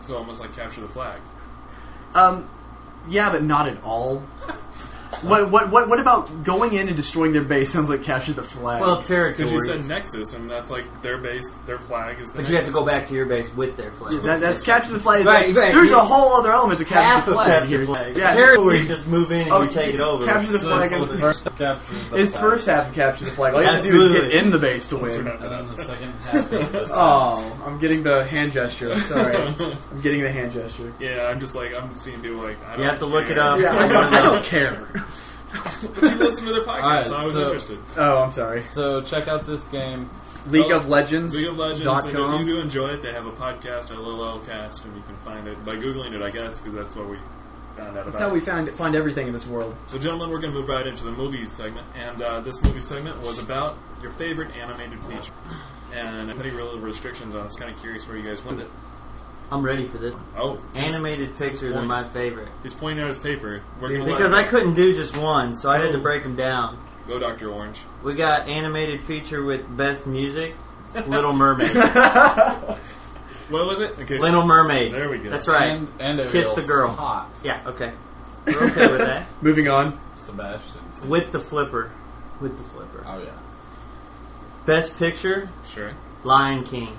Speaker 3: So almost like capture the flag.
Speaker 6: Um, yeah, but not at all. what, what what what about going in and destroying their base? Sounds like capture the flag.
Speaker 2: Well,
Speaker 3: Because
Speaker 2: territories.
Speaker 3: you said Nexus, and that's like their base, their flag is
Speaker 2: but
Speaker 3: the Nexus.
Speaker 2: you have to go back to your base with their flag.
Speaker 6: that, that's capture the flag.
Speaker 2: Right, right.
Speaker 6: There's
Speaker 2: You-
Speaker 6: a whole other element to capture
Speaker 2: half
Speaker 6: the
Speaker 2: of
Speaker 6: flag.
Speaker 2: capture
Speaker 6: here.
Speaker 2: flag.
Speaker 6: Yeah.
Speaker 2: Territories just move in and
Speaker 6: Oh,
Speaker 2: you take it over.
Speaker 6: Capture the
Speaker 5: So
Speaker 6: flag.
Speaker 5: it's the first capture the
Speaker 6: It's
Speaker 5: flag,
Speaker 6: first half of capture the flag. All you have to do is get
Speaker 2: Absolutely.
Speaker 6: in the base to
Speaker 3: That's
Speaker 6: win.
Speaker 3: right.
Speaker 5: and then the second half is the
Speaker 6: Oh, I'm getting the hand gesture. I'm sorry, I'm getting the hand gesture.
Speaker 3: Yeah, I'm just like, I'm seeing people like, I don't
Speaker 2: You have to look
Speaker 3: care.
Speaker 2: it up.
Speaker 6: Yeah, I don't, I don't care.
Speaker 3: But you listen to their podcast,
Speaker 5: Alright,
Speaker 3: so I was
Speaker 5: so-
Speaker 3: interested.
Speaker 6: Oh, I'm sorry.
Speaker 5: So check out this game.
Speaker 6: League of Legends.
Speaker 3: League of
Speaker 6: dot
Speaker 3: Legends, and if
Speaker 6: com.
Speaker 3: you do enjoy it, they have a podcast at LOLcast, and you can find it by Googling it, I guess, because that's what we found out about.
Speaker 6: That's how we find find everything in this world.
Speaker 3: So, gentlemen, we're going to move right into the movies segment, and uh, this movie segment was about your favorite animated feature. And I'm putting real restrictions on. I was kind of curious where you guys went.
Speaker 2: I'm ready for this.
Speaker 3: Oh, he's-
Speaker 2: Animated pictures are my favorite.
Speaker 3: He's pointing out his paper. We're gonna
Speaker 2: Because I
Speaker 3: let
Speaker 2: couldn't do just one, so I had to break them down.
Speaker 3: go, Doctor Orange.
Speaker 2: We got animated feature with best music, Little Mermaid.
Speaker 3: What was it? Okay,
Speaker 2: Little Mermaid.
Speaker 3: There we go.
Speaker 2: That's right.
Speaker 5: And, and
Speaker 2: Kiss the
Speaker 5: Ariel's
Speaker 2: girl.
Speaker 5: Hot.
Speaker 2: Yeah, okay. We're okay with that.
Speaker 6: Moving on.
Speaker 5: Sebastian. too.
Speaker 2: With the flipper. With the flipper.
Speaker 5: Oh yeah.
Speaker 2: Best picture,
Speaker 3: Sure.
Speaker 2: Lion King.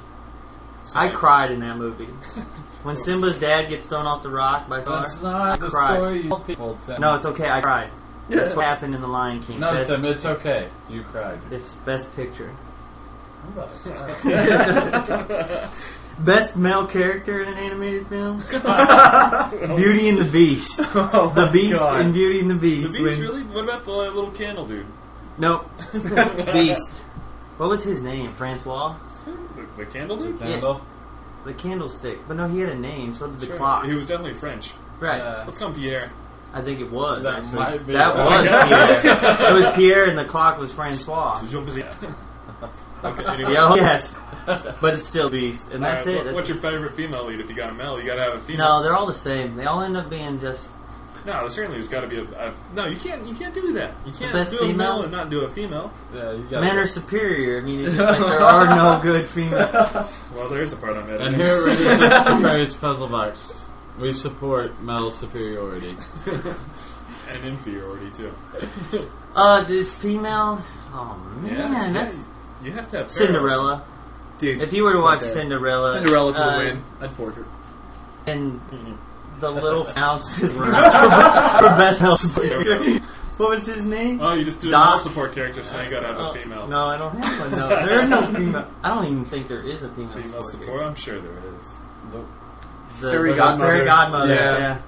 Speaker 2: I
Speaker 3: Sorry.
Speaker 2: cried in that movie. When Simba's dad gets thrown off the rock by Scar,
Speaker 5: That's not the
Speaker 2: cried.
Speaker 5: story you tell people. Tim.
Speaker 2: No, it's okay. I cried.
Speaker 6: Yeah.
Speaker 2: That's what happened in The Lion King.
Speaker 5: no,
Speaker 2: best,
Speaker 5: Tim. It's okay. You cried.
Speaker 2: it's best picture.
Speaker 5: I'm about to cry.
Speaker 2: Best male character in an animated film? Beauty and the Beast. the Beast
Speaker 6: Oh God.
Speaker 2: and Beauty and the
Speaker 3: The
Speaker 2: Beast.
Speaker 3: beast
Speaker 2: when-
Speaker 3: really? What about the uh, little candle dude?
Speaker 2: Nope. Beast. What was his name? Francois?
Speaker 3: The, the candle dude?
Speaker 5: Candle.
Speaker 2: The candlestick. But no, he had a name, so did the
Speaker 3: Sure.
Speaker 2: clock.
Speaker 3: He was definitely French.
Speaker 2: right.
Speaker 5: Yeah.
Speaker 3: Let's call him Pierre.
Speaker 2: I think it was.
Speaker 5: That
Speaker 2: actually.
Speaker 5: might be
Speaker 2: that
Speaker 5: right.
Speaker 2: was Pierre. it was Pierre, and the clock was Francois.
Speaker 3: okay, anyway.
Speaker 2: Yo, yes. But it's still Beast, and that's
Speaker 3: All right,
Speaker 2: it.
Speaker 3: what-
Speaker 2: That's-
Speaker 3: What's your favorite female lead? If you got a male, you gotta have a female.
Speaker 2: no, they're all the same. They all end up being just
Speaker 3: No, no certainly there's gotta be a, a. No, you can't. You can't do that. You can't
Speaker 2: best
Speaker 3: do a
Speaker 2: female?
Speaker 3: male and not do a female.
Speaker 5: Yeah, you got
Speaker 2: men are superior. I mean, it's just like there are no good female.
Speaker 3: Well, there's a part I'm editing.
Speaker 5: And here at Raiders of Timber's Puzzle Box, we support metal superiority.
Speaker 3: and inferiority too.
Speaker 2: Uh, the female. Oh man,
Speaker 3: Yeah, yeah,
Speaker 2: that's
Speaker 3: You have to have
Speaker 2: Cinderella.
Speaker 6: Dude,
Speaker 2: If you were to watch
Speaker 6: Okay.
Speaker 2: Cinderella,
Speaker 6: Cinderella for
Speaker 2: uh,
Speaker 6: the win. I'd fork her.
Speaker 2: and
Speaker 3: Mm-hmm.
Speaker 2: the little mouse is for best house
Speaker 3: There
Speaker 2: player.
Speaker 3: we go.
Speaker 2: What was his name?
Speaker 3: Oh, you just do a
Speaker 2: Doc.
Speaker 3: male support character, so now you gotta have
Speaker 2: Oh,
Speaker 3: a female.
Speaker 2: No, I don't have one. No, there are no female. I don't even think there is a female,
Speaker 3: Female support? I'm sure there is.
Speaker 2: The
Speaker 6: Fairy
Speaker 2: the
Speaker 6: godmother.
Speaker 2: Fairy godmother.
Speaker 6: Yeah.
Speaker 2: Yeah.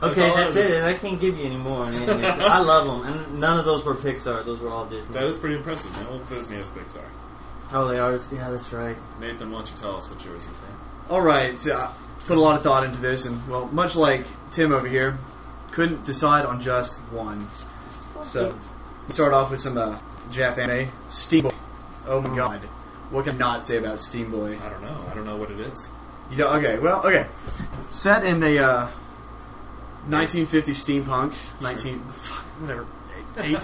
Speaker 3: That's
Speaker 2: Okay,
Speaker 3: all
Speaker 2: that's,
Speaker 3: I was-
Speaker 2: it. And I can't give you any more. on animation. I love them, and none of those were Pixar. Those were all Disney.
Speaker 3: That is pretty impressive, man. Well, Disney has Pixar.
Speaker 2: oh, they are. Yeah, that's right.
Speaker 3: Nathan, why don't you tell us what yours is, man?
Speaker 6: All right, so I put a lot of thought into this, and well, much like Tim over here, couldn't decide on just one. So, start off with some uh, Jap anime, Steam Boy. Oh my god, what can I not say about Steam Boy?
Speaker 3: I don't know. I don't know what it is.
Speaker 6: You know, okay, well, okay. Set in the uh, 1950 steampunk, 19, fuck, whatever,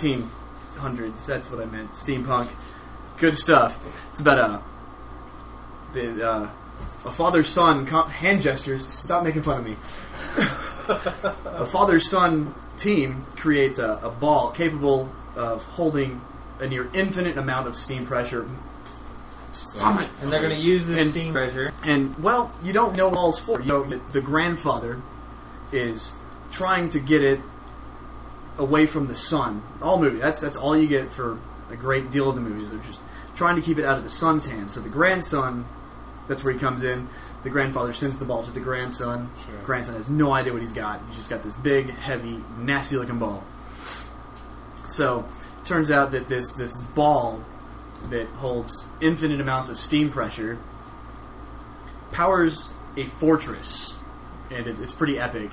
Speaker 6: 1800s, that's what I meant, steampunk. Good stuff. It's about a, the, uh, a father son, com- hand gestures, stop making fun of me. a father son team creates a, a ball capable of holding a near infinite amount of steam pressure. Stop it!
Speaker 2: And they're going to use the
Speaker 6: And-
Speaker 2: steam pressure.
Speaker 6: And well, you don't know what all's for. You know that the grandfather is trying to get it away from the sun. All movie. That's that's all you get for a great deal of the movies. They're just trying to keep it out of the son's hands. So the grandson, that's where he comes in. The grandfather sends the ball to the grandson.
Speaker 3: Sure.
Speaker 6: Grandson has no idea what he's got. He's just got this big, heavy, nasty looking ball. So turns out that this this ball that holds infinite amounts of steam pressure powers a fortress, and it, it's pretty epic.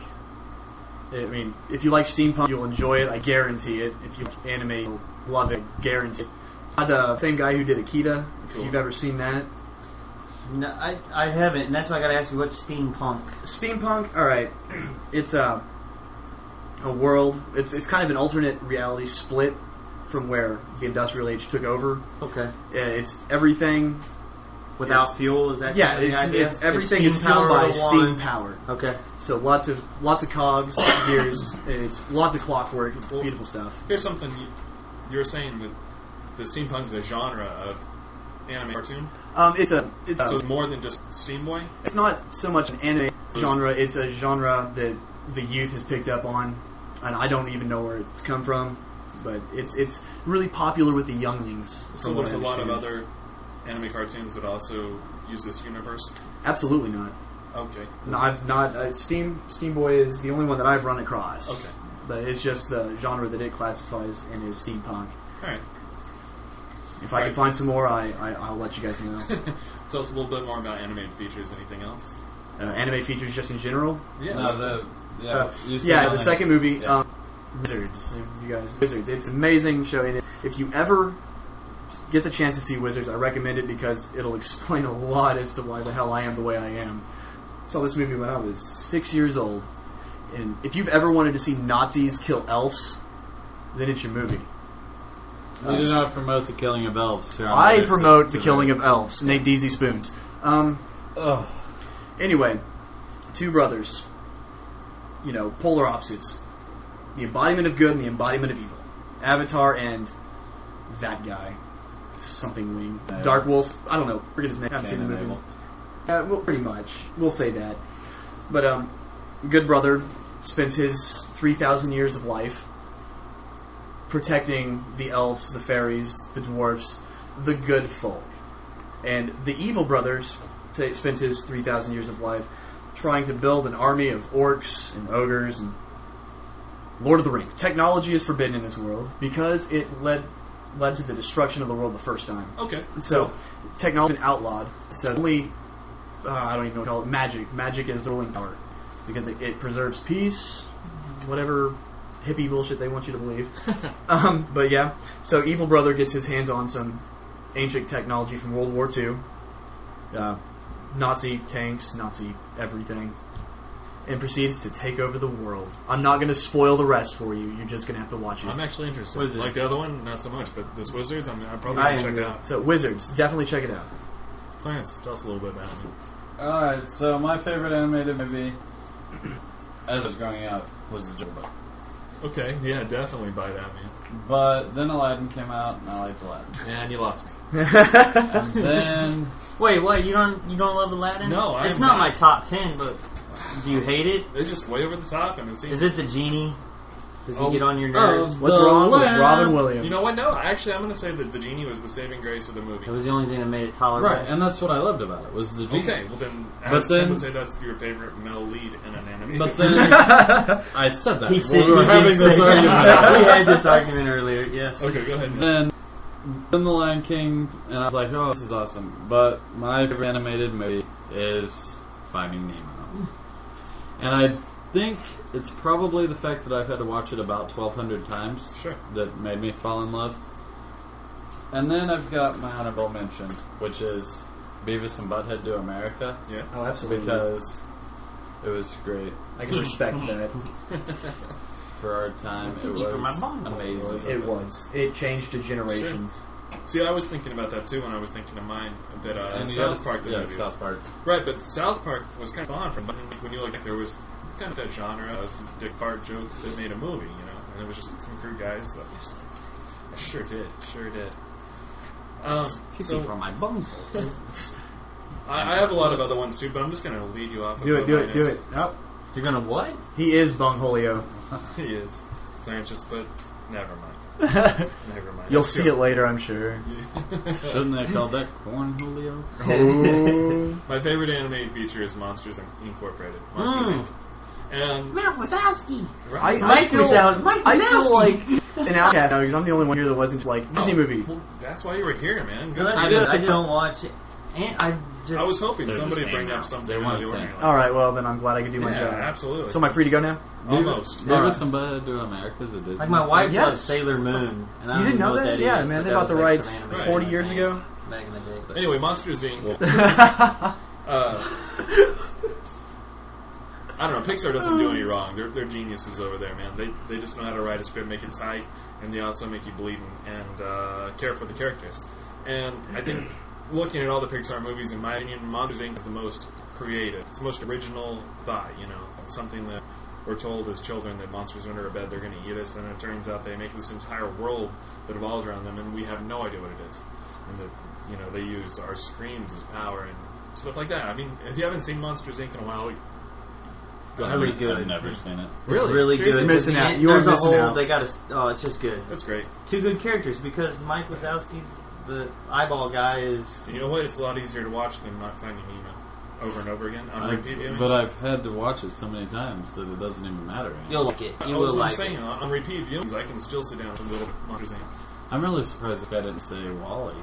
Speaker 6: I mean, if you like steampunk, you'll enjoy it. I guarantee it. If you like anime, you'll love it. Guarantee. It. By the same guy who did Akita. If
Speaker 3: Cool.
Speaker 6: you've ever seen that
Speaker 2: No, I, I haven't, and that's why I got to ask you what's steampunk?
Speaker 6: steampunk, all right, it's a a world. It's it's kind of an alternate reality split from where the industrial age took over.
Speaker 2: Okay.
Speaker 6: Uh, It's everything.
Speaker 2: Without
Speaker 6: It's-
Speaker 2: fuel, is that
Speaker 6: Yeah,
Speaker 2: the
Speaker 6: it's,
Speaker 2: idea?
Speaker 6: it's everything is
Speaker 2: steam
Speaker 6: fueled
Speaker 2: power
Speaker 6: by
Speaker 2: one.
Speaker 6: steam power.
Speaker 2: Okay.
Speaker 6: So lots of lots of cogs, gears. It's lots of clockwork. It's beautiful stuff.
Speaker 3: Here's something you, you were saying that the steampunk's a genre of anime cartoon.
Speaker 6: Um, it's a it's
Speaker 3: so
Speaker 6: a,
Speaker 3: it's more than just Steam Boy.
Speaker 6: it's not so much an anime genre. It's a genre that the youth has picked up on, and I don't even know where it's come from, but it's it's really popular with the younglings.
Speaker 3: So
Speaker 6: from what
Speaker 3: there's
Speaker 6: I
Speaker 3: a lot of
Speaker 6: understand.
Speaker 3: other anime cartoons that also use this universe.
Speaker 6: Absolutely not.
Speaker 3: Okay.
Speaker 6: No, I've not. Uh, Steam Steam Boy is the only one that I've run across.
Speaker 3: Okay.
Speaker 6: but it's just the genre that it classifies and is steampunk.
Speaker 3: All right.
Speaker 6: If I can
Speaker 3: Right.
Speaker 6: find some more, I, I I'll let you guys know.
Speaker 3: Tell us a little bit more about animated features. Anything else?
Speaker 6: uh, anime features just in general.
Speaker 3: Yeah.
Speaker 5: No, the yeah.
Speaker 6: Uh,
Speaker 5: you said
Speaker 6: yeah, the
Speaker 5: nothing.
Speaker 6: second movie,
Speaker 5: Yeah.
Speaker 6: um, Wizards. If You guys, Wizards. It's an amazing show, and if you ever get the chance to see Wizards, I recommend it because it'll explain a lot as to why the hell I am the way I am. Saw this movie when I was six years old, and if you've ever wanted to see Nazis kill elves, then it's your movie.
Speaker 5: You do not promote the killing of elves. Here on
Speaker 6: I
Speaker 5: Raiders of
Speaker 6: promote the
Speaker 5: Timber's.
Speaker 6: killing of elves. Nate Deasy spoons. Um,
Speaker 5: Ugh.
Speaker 6: Anyway, two brothers, you know, polar opposites. The embodiment of good and the embodiment of evil. Avatar and that guy. Something wing.
Speaker 5: Yeah.
Speaker 6: Dark Wolf. I don't know. Forget his name. I haven't seen the
Speaker 5: Cain and
Speaker 6: movie.
Speaker 5: Abel.
Speaker 6: Uh, well, pretty much. We'll say that. But, um, good brother spends his 3,000 years of life protecting the elves, the fairies, the dwarfs, the good folk. And the evil brothers t- spends his 3,000 years of life trying to build an army of orcs and ogres and Lord of the Rings. Technology is forbidden in this world because it led led to the destruction of the world the first time.
Speaker 3: Okay.
Speaker 6: So, technology has been outlawed. So only uh, I don't even know what to call it. Magic. Magic is the ruling power because it, it preserves peace. Whatever hippie bullshit they want you to believe. um, but yeah, so evil brother gets his hands on some ancient technology from World War II. Uh, Nazi tanks, Nazi everything, and proceeds to take over the world. I'm not going to spoil the rest for you. You're just going to have to watch it.
Speaker 3: I'm actually interested.
Speaker 7: Wizards.
Speaker 3: Like the other one, not so much, but this Wizards, I'm, I'm probably
Speaker 7: I
Speaker 3: going to
Speaker 7: am,
Speaker 3: check it
Speaker 7: yeah.
Speaker 3: out.
Speaker 6: so wizards, definitely check it out.
Speaker 3: Clarence, tell us a little bit about it.
Speaker 5: Alright, so my favorite animated movie as I was growing up was The Jungle Book.
Speaker 3: Okay, yeah, definitely buy that, man.
Speaker 5: But then Aladdin came out and I liked Aladdin.
Speaker 3: And you lost me.
Speaker 5: And then
Speaker 2: Wait, what? You don't you don't love Aladdin?
Speaker 3: No, I'm
Speaker 2: it's not,
Speaker 3: not.
Speaker 2: my top ten. But do you hate it?
Speaker 3: It's just way over the top, and it seems.
Speaker 2: Is it the genie? Does
Speaker 3: Oh.
Speaker 2: he get on your nerves?
Speaker 5: of
Speaker 6: What's
Speaker 5: the
Speaker 6: wrong with
Speaker 5: land-
Speaker 6: Robin Williams?
Speaker 3: You know what? No, actually, I'm going to say that the genie was the saving grace of the movie.
Speaker 2: It was the only thing that made it tolerable.
Speaker 5: Right, and that's what I loved about it was the genie.
Speaker 3: Okay, well then, I
Speaker 5: But
Speaker 3: was Tim
Speaker 5: then-
Speaker 3: would say that's your favorite male lead in an anime.
Speaker 5: But then I said that.
Speaker 2: He
Speaker 5: when
Speaker 2: said
Speaker 5: we
Speaker 2: he
Speaker 5: were
Speaker 2: did
Speaker 5: having
Speaker 2: say
Speaker 5: this
Speaker 2: that.
Speaker 5: argument.
Speaker 2: we had this argument earlier. Yes.
Speaker 3: okay, go ahead.
Speaker 5: Then, then The Lion King, and I was like, oh, this is awesome. But my favorite animated movie is Finding Nemo. And I think it's probably the fact that I've had to watch it about 1,200 times
Speaker 3: Sure.
Speaker 5: that made me fall in love. And then I've got my honorable mention, which is Beavis and Butthead Do America,
Speaker 3: Yeah.
Speaker 6: Oh, absolutely.
Speaker 5: because it was great.
Speaker 6: I can respect that.
Speaker 5: For our time, it
Speaker 2: Thank you for my
Speaker 5: was
Speaker 2: mom.
Speaker 5: amazing.
Speaker 6: It was. It changed a generation.
Speaker 3: See, I was thinking about that too when I was thinking of mine. That uh,
Speaker 5: And the
Speaker 3: South
Speaker 5: other-
Speaker 3: Park, the
Speaker 5: yeah,
Speaker 3: movie.
Speaker 5: South Park.
Speaker 3: Right, but South Park was kind of spawned from like, when you look at there was kind of that genre of dick fart jokes that made a movie, you know, and it was just some crew guys. So I, just, I sure did, sure did. Um, so
Speaker 5: my bum.
Speaker 3: I, I have a lot of other ones too, but I'm just going to lead you off. with
Speaker 6: Do it,
Speaker 3: what
Speaker 6: do
Speaker 3: mine
Speaker 6: it, do
Speaker 3: is.
Speaker 6: it. Oh,
Speaker 2: You're gonna what?
Speaker 6: he is Bungholio.
Speaker 3: He is. Clarence just put. Never mind. Never mind.
Speaker 6: You'll
Speaker 3: That's
Speaker 6: see
Speaker 3: your-
Speaker 6: it later, I'm sure.
Speaker 5: Shouldn't they call that cornholio?
Speaker 6: Ooh.
Speaker 3: My favorite animated feature is Monsters Inc- Incorporated. Monsters
Speaker 2: Mm.
Speaker 3: Inc. And
Speaker 2: Mount Wazowski.
Speaker 3: right,
Speaker 6: I feel-
Speaker 2: Mike
Speaker 6: I feel like an outcast now because I'm the only one here that wasn't just like
Speaker 3: Oh.
Speaker 6: Disney movie.
Speaker 3: well, that's why you were here, man. Good.
Speaker 2: I,
Speaker 3: for you.
Speaker 2: don't- I don't watch it. And I just
Speaker 3: I was hoping
Speaker 5: They're the
Speaker 3: somebody would
Speaker 5: same
Speaker 3: bring
Speaker 5: now.
Speaker 3: up something
Speaker 5: They're
Speaker 3: out
Speaker 5: one
Speaker 3: of the
Speaker 5: thing.
Speaker 3: ordinary. Like,
Speaker 6: All right, well then I'm glad I could do Oh my
Speaker 3: yeah,
Speaker 6: job.
Speaker 3: absolutely.
Speaker 6: So am I free to go now?
Speaker 3: Almost.
Speaker 5: Maybe
Speaker 6: Alright.
Speaker 5: somebody do uh, America's edition.
Speaker 2: like my wife
Speaker 6: Yes.
Speaker 2: loves Sailor Moon. And I don't
Speaker 6: You didn't
Speaker 2: even
Speaker 6: know
Speaker 2: what
Speaker 6: that?
Speaker 2: that
Speaker 6: Yeah,
Speaker 2: is,
Speaker 6: man,
Speaker 2: but
Speaker 6: they
Speaker 2: that
Speaker 6: bought
Speaker 2: was,
Speaker 6: the
Speaker 2: like,
Speaker 6: rights
Speaker 2: some anime
Speaker 6: 40
Speaker 2: thing
Speaker 6: years ago.
Speaker 2: back in the day. But
Speaker 3: Anyway, Monsters Inc. uh, I don't know. Pixar doesn't do any wrong. They're, they're geniuses over there, man. They they just know how to write a script, make it tight, and they also make you bleed and, and uh, care for the characters. And I think looking at all the Pixar movies, in my opinion, Monsters Inc. is the most creative. It's the most original thought. You know, it's something that we're told as children that monsters are under a bed, they're going to eat us, and it turns out they make this entire world that evolves around them, and we have no idea what it is. And that you know they use our screams as power and stuff like that. I mean, if you haven't seen Monsters Inc. in a while, go ahead.
Speaker 2: really
Speaker 5: I've
Speaker 2: good.
Speaker 5: never seen it.
Speaker 2: It's really
Speaker 3: Seriously?
Speaker 2: good.
Speaker 6: Missing out. You are
Speaker 2: There's a
Speaker 6: missing
Speaker 2: whole.
Speaker 6: out.
Speaker 2: They got a. Oh, it's just good.
Speaker 3: That's great.
Speaker 2: Two good characters because Mike Wazowski's the eyeball guy is.
Speaker 3: And you know what? It's a lot easier to watch than not finding Nemo over and over again on repeat
Speaker 5: I've,
Speaker 3: viewings.
Speaker 5: but I've had to watch it so many times that it doesn't even matter. anymore.
Speaker 2: You'll like it.
Speaker 3: Oh,
Speaker 2: You
Speaker 3: that's
Speaker 2: will
Speaker 3: what I'm
Speaker 2: like
Speaker 3: saying.
Speaker 2: it.
Speaker 3: On on repeat viewings, I can still sit down with a little bit of Monsters Inc.
Speaker 5: I'm really surprised this guy didn't say Wally.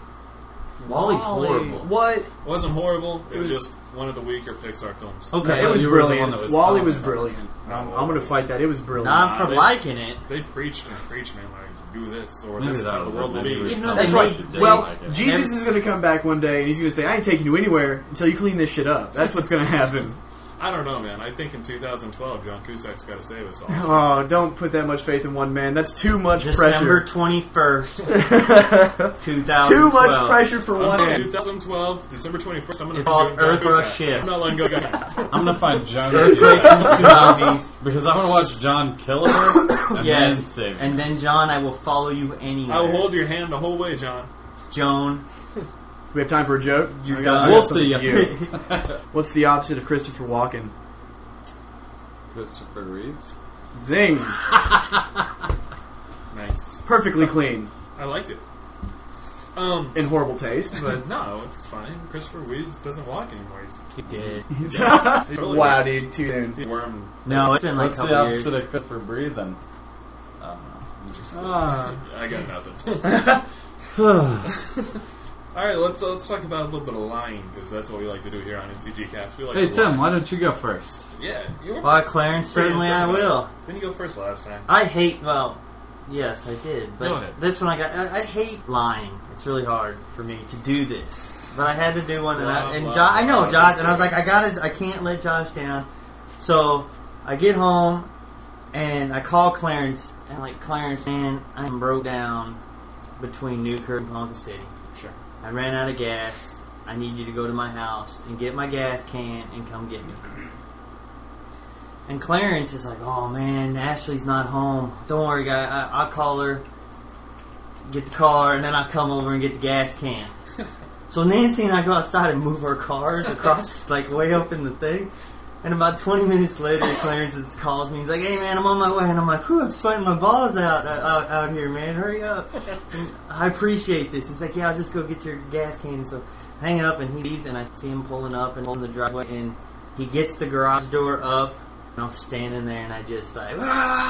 Speaker 2: Wally's horrible.
Speaker 6: What?
Speaker 3: It wasn't horrible. It,
Speaker 6: It
Speaker 3: was,
Speaker 6: was-
Speaker 3: just one of the weaker Pixar films.
Speaker 5: I
Speaker 6: It
Speaker 5: thought
Speaker 2: Okay,
Speaker 6: was
Speaker 5: you were the one
Speaker 6: brilliant.
Speaker 5: that was
Speaker 6: Wally was
Speaker 5: talking
Speaker 6: brilliant. I'm, I'm gonna fight that. It was brilliant.
Speaker 2: I'm for
Speaker 3: Nah,
Speaker 2: liking it.
Speaker 3: They preached and preached, man. Like do this or
Speaker 5: Maybe
Speaker 3: this is
Speaker 5: that
Speaker 3: how the
Speaker 5: was
Speaker 3: world
Speaker 5: it.
Speaker 3: will
Speaker 5: Maybe
Speaker 3: be.
Speaker 5: it was-
Speaker 2: know,
Speaker 5: Sounds
Speaker 2: they
Speaker 6: That's
Speaker 5: like
Speaker 6: right.
Speaker 5: you didn't
Speaker 6: Well,
Speaker 5: like it.
Speaker 6: Jesus is going to come back one day, and he's going to say, "I ain't taking you anywhere until you clean this shit up." That's what's going to happen.
Speaker 3: I don't know, man. I think in 2012, John Cusack's got to save us all.
Speaker 6: Oh, don't put that much faith in one man. That's too much
Speaker 2: December
Speaker 6: pressure.
Speaker 2: twenty first, two thousand.
Speaker 6: Too much pressure for
Speaker 3: I'm
Speaker 6: one
Speaker 3: sorry,
Speaker 6: man.
Speaker 3: 2012, December 21st, I'm going to
Speaker 2: called
Speaker 3: John
Speaker 2: Earth or a
Speaker 3: Cusack.
Speaker 2: Shift.
Speaker 3: I'm not letting go. guys.
Speaker 5: I'm gonna find John Cusack
Speaker 2: Tsunamis.
Speaker 5: because I'm gonna watch John kill her and then
Speaker 2: Yes.
Speaker 5: save her.
Speaker 2: And then John, I will follow you anywhere.
Speaker 3: I will hold your hand the whole way, John.
Speaker 2: Joan.
Speaker 6: We have time for a joke. You
Speaker 2: got it.
Speaker 5: We'll see ya.
Speaker 6: What's the opposite of Christopher Walken?
Speaker 5: Christopher Reeves.
Speaker 6: Zing.
Speaker 3: Nice.
Speaker 6: Perfectly clean.
Speaker 3: I liked it. Um,
Speaker 6: In horrible taste, but
Speaker 3: but no, it's fine. Christopher Reeves doesn't walk anymore. He's,
Speaker 2: You did. Uh,
Speaker 3: he's really
Speaker 6: wow, dude, too soon.
Speaker 3: good. Worm.
Speaker 2: No, it's been like a
Speaker 5: What's
Speaker 2: couple
Speaker 5: the
Speaker 2: years.
Speaker 5: opposite of Christopher breathing? Um, just-
Speaker 3: Uh,
Speaker 2: Ah.
Speaker 3: I got nothing. All right, let's uh, let's talk about a little bit of lying because that's what we like to do here on MTG Caps. We like
Speaker 5: hey
Speaker 3: to
Speaker 5: Tim,
Speaker 3: lie.
Speaker 5: why don't you go first?
Speaker 3: yeah, you were.
Speaker 2: Well, Clarence, certainly I will.
Speaker 3: Didn't you go first last time?
Speaker 2: I hate. Well, yes, I did. But
Speaker 3: Go ahead.
Speaker 2: this one I got. I, I hate lying. It's really hard for me to do this, but I had to do one. And, I,
Speaker 3: Blah,
Speaker 2: and
Speaker 3: blah,
Speaker 2: Josh, I know
Speaker 3: blah,
Speaker 2: Josh,
Speaker 3: just
Speaker 2: and I was
Speaker 3: do it.
Speaker 2: like, I gotta. I can't let Josh down. So I get home and I call Clarence and I'm like Clarence, man, I'm broke down between Newkirk and Ponca City.
Speaker 3: Sure.
Speaker 2: I ran out of gas. I need you to go to my house and get my gas can and come get me. And Clarence is like, oh man, Ashley's not home. Don't worry, guy. I, I'll call her, get the car, and then I'll come over and get the gas can. so Nancy and I go outside and move our cars across, like way up in the thing. And about 20 minutes later, Clarence is- calls me. He's like, hey man, I'm on my way. And I'm like, whew, I'm sweating my balls out, uh, out, out here, man. Hurry up. I appreciate this. He's like, yeah, I'll just go get your gas can. And so I hang up, and he leaves, and I see him pulling up and holding the driveway, and he gets the garage door up, and I'm standing there, and I just like,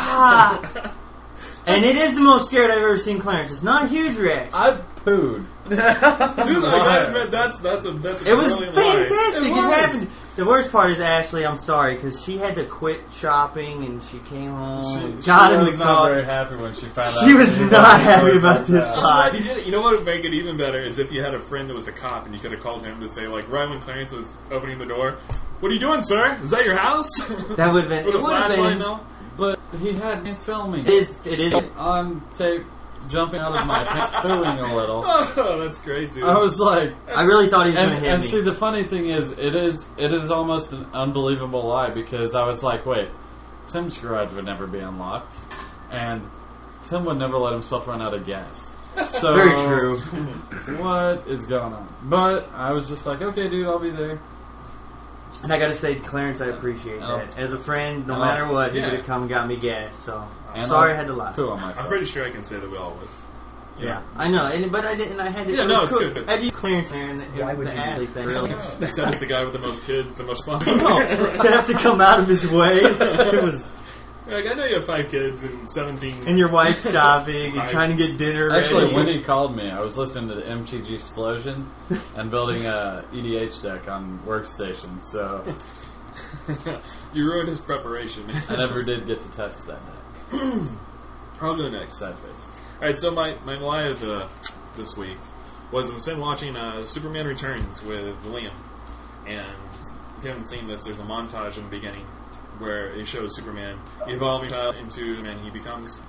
Speaker 2: "Ah!" and it is the most scared I've ever seen Clarence. It's not a huge reaction.
Speaker 5: I've pooed.
Speaker 3: Dude, I gotta admit that's that's a that's a
Speaker 2: It was
Speaker 3: brilliant lie.
Speaker 2: fantastic. It,
Speaker 3: was.
Speaker 2: happened. The worst part is Ashley. I'm sorry because she had to quit shopping, and she came home,
Speaker 5: She,
Speaker 2: got
Speaker 5: she
Speaker 2: in
Speaker 5: was
Speaker 2: the
Speaker 5: not
Speaker 2: car.
Speaker 5: very happy when she found out.
Speaker 2: She was
Speaker 5: that
Speaker 2: not
Speaker 5: had
Speaker 2: happy
Speaker 5: pooed
Speaker 2: about this
Speaker 5: herself.
Speaker 2: lie.
Speaker 3: You did it. You know what would make it even better is if you had a friend that was a cop and you could have called him to say, like, right when Clarence was opening the door, "What are you doing, sir? Is that your house?" With
Speaker 2: That would have been.
Speaker 3: a
Speaker 2: It would have
Speaker 3: flashlight
Speaker 2: been.
Speaker 3: and all.
Speaker 5: But he had Nance filming
Speaker 2: It is. It is.
Speaker 5: on tape, jumping out of my pants, pooing a little.
Speaker 3: Oh, that's great, dude.
Speaker 5: I was like,
Speaker 2: I really thought he was
Speaker 5: and,
Speaker 2: going to hit
Speaker 5: and
Speaker 2: me.
Speaker 5: see, the funny thing is, it is it is almost an unbelievable lie because I was like, wait, Tim's garage would never be unlocked, and Tim would never let himself run out of gas. So
Speaker 2: Very true.
Speaker 5: What is going on? But I was just like, okay, dude, I'll be there.
Speaker 2: And I gotta say, Clarence, I appreciate
Speaker 5: Oh.
Speaker 2: that. As a friend, no
Speaker 5: Oh.
Speaker 2: matter what, he
Speaker 3: Yeah.
Speaker 2: would have come and got me gas. So
Speaker 5: And
Speaker 2: sorry,
Speaker 5: I'll
Speaker 2: i had to lie.
Speaker 5: Poo on myself.
Speaker 3: I'm pretty sure I can say that we all would.
Speaker 2: Yeah. I know, and, but I didn't. I had to.
Speaker 3: Yeah,
Speaker 2: it
Speaker 3: no,
Speaker 2: was
Speaker 3: it's
Speaker 2: cool.
Speaker 3: good, good.
Speaker 2: I just Clarence there, and it,
Speaker 4: Why would
Speaker 2: the
Speaker 4: you do
Speaker 2: athlete thing really. no,
Speaker 3: Except that the guy with the most kids, the most fun.
Speaker 2: to have to come out of his way, it was.
Speaker 3: like I know you have five kids and 17.
Speaker 2: And your wife shopping and
Speaker 3: Right.
Speaker 2: trying to get dinner.
Speaker 5: Actually,
Speaker 2: ready.
Speaker 5: when he called me, I was listening to the MTG Explosion and building a EDH deck on workstation, so
Speaker 3: you ruined his preparation.
Speaker 5: I never did get to test that deck.
Speaker 3: I'll go next.
Speaker 5: Sad face.
Speaker 3: All right, so my my lie of the this week was I'm sitting watching uh, Superman Returns with Liam, and if you haven't seen this, there's a montage in the beginning where it shows Superman evolving uh, into the man he becomes,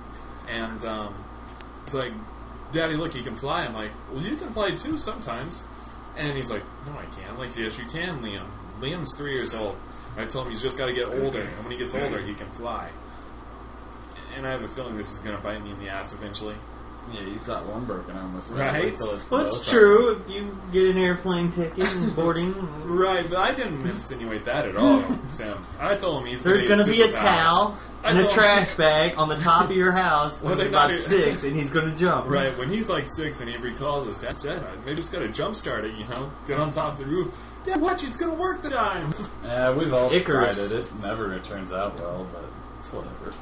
Speaker 3: and um, it's like, Daddy, look, he can fly. I'm like, well, you can fly too sometimes, and he's like, No, I can't. I'm like, Yes, you can, Liam. Liam's three years old. I told him he's just got to get older, and when he gets older, he can fly. And I have a feeling this is going to bite me in the ass eventually.
Speaker 5: Yeah, you got one broken arm was
Speaker 3: Right.
Speaker 2: well, it's true. If you get an airplane ticket and boarding,
Speaker 3: Right, but I didn't insinuate that at all, Sam. I told him he's
Speaker 2: there's
Speaker 3: going to
Speaker 2: be a towel
Speaker 3: I
Speaker 2: and a
Speaker 3: told-
Speaker 2: trash bag on the top of your house
Speaker 3: Well,
Speaker 2: when
Speaker 3: they
Speaker 2: he's about
Speaker 3: gotta-
Speaker 2: six, and he's gonna jump.
Speaker 3: Right, when he's like six and he recalls his dad said, I maybe just got to jump start it, you know? Get on top of the roof. Dad, watch, it's going to work this time.
Speaker 5: Yeah, we've all
Speaker 2: Icarus.
Speaker 5: tried it. It never turns out well, but it's whatever.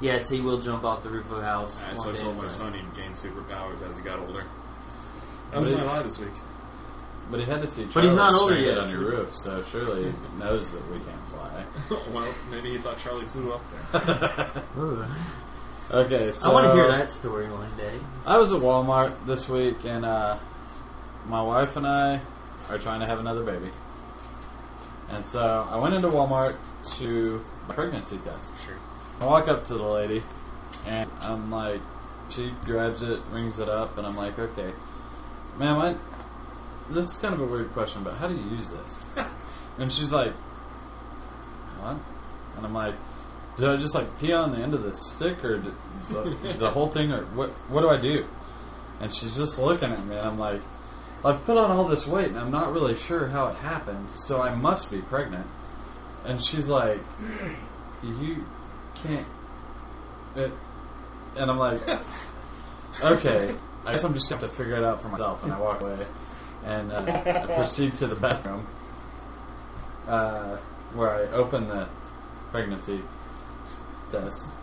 Speaker 2: Yes, he will jump off the roof of the house.
Speaker 3: That's
Speaker 2: one
Speaker 3: what I
Speaker 2: day,
Speaker 3: told my
Speaker 2: so.
Speaker 3: son he'd gain superpowers as he got older. That was my lie this week.
Speaker 5: But he had to see Charles
Speaker 2: But he's not older
Speaker 5: trying to get
Speaker 2: yet.
Speaker 5: on your roof, so surely he knows that we can't fly.
Speaker 3: well, maybe he thought Charlie flew up there.
Speaker 2: Ooh.
Speaker 5: Okay, so
Speaker 2: I want to hear that story one day.
Speaker 5: I was at Walmart this week, and uh, my wife and I are trying to have another baby. And so I went into Walmart to my pregnancy test.
Speaker 4: Sure.
Speaker 5: I walk up to the lady, and I'm like, she grabs it, rings it up, and I'm like, okay, ma'am, I, this is kind of a weird question, but how do you use this? and she's like, what? And I'm like, do I just like pee on the end of the stick, or d- the, the whole thing, or what? What do I do? And she's just looking at me, and I'm like, I've put on all this weight, and I'm not really sure how it happened, so I must be pregnant. And she's like, you can't. It, and I'm like, okay, I guess I'm just gonna have to figure it out for myself. And I walk away, and uh, I proceed to the bathroom, uh, where I open the pregnancy test.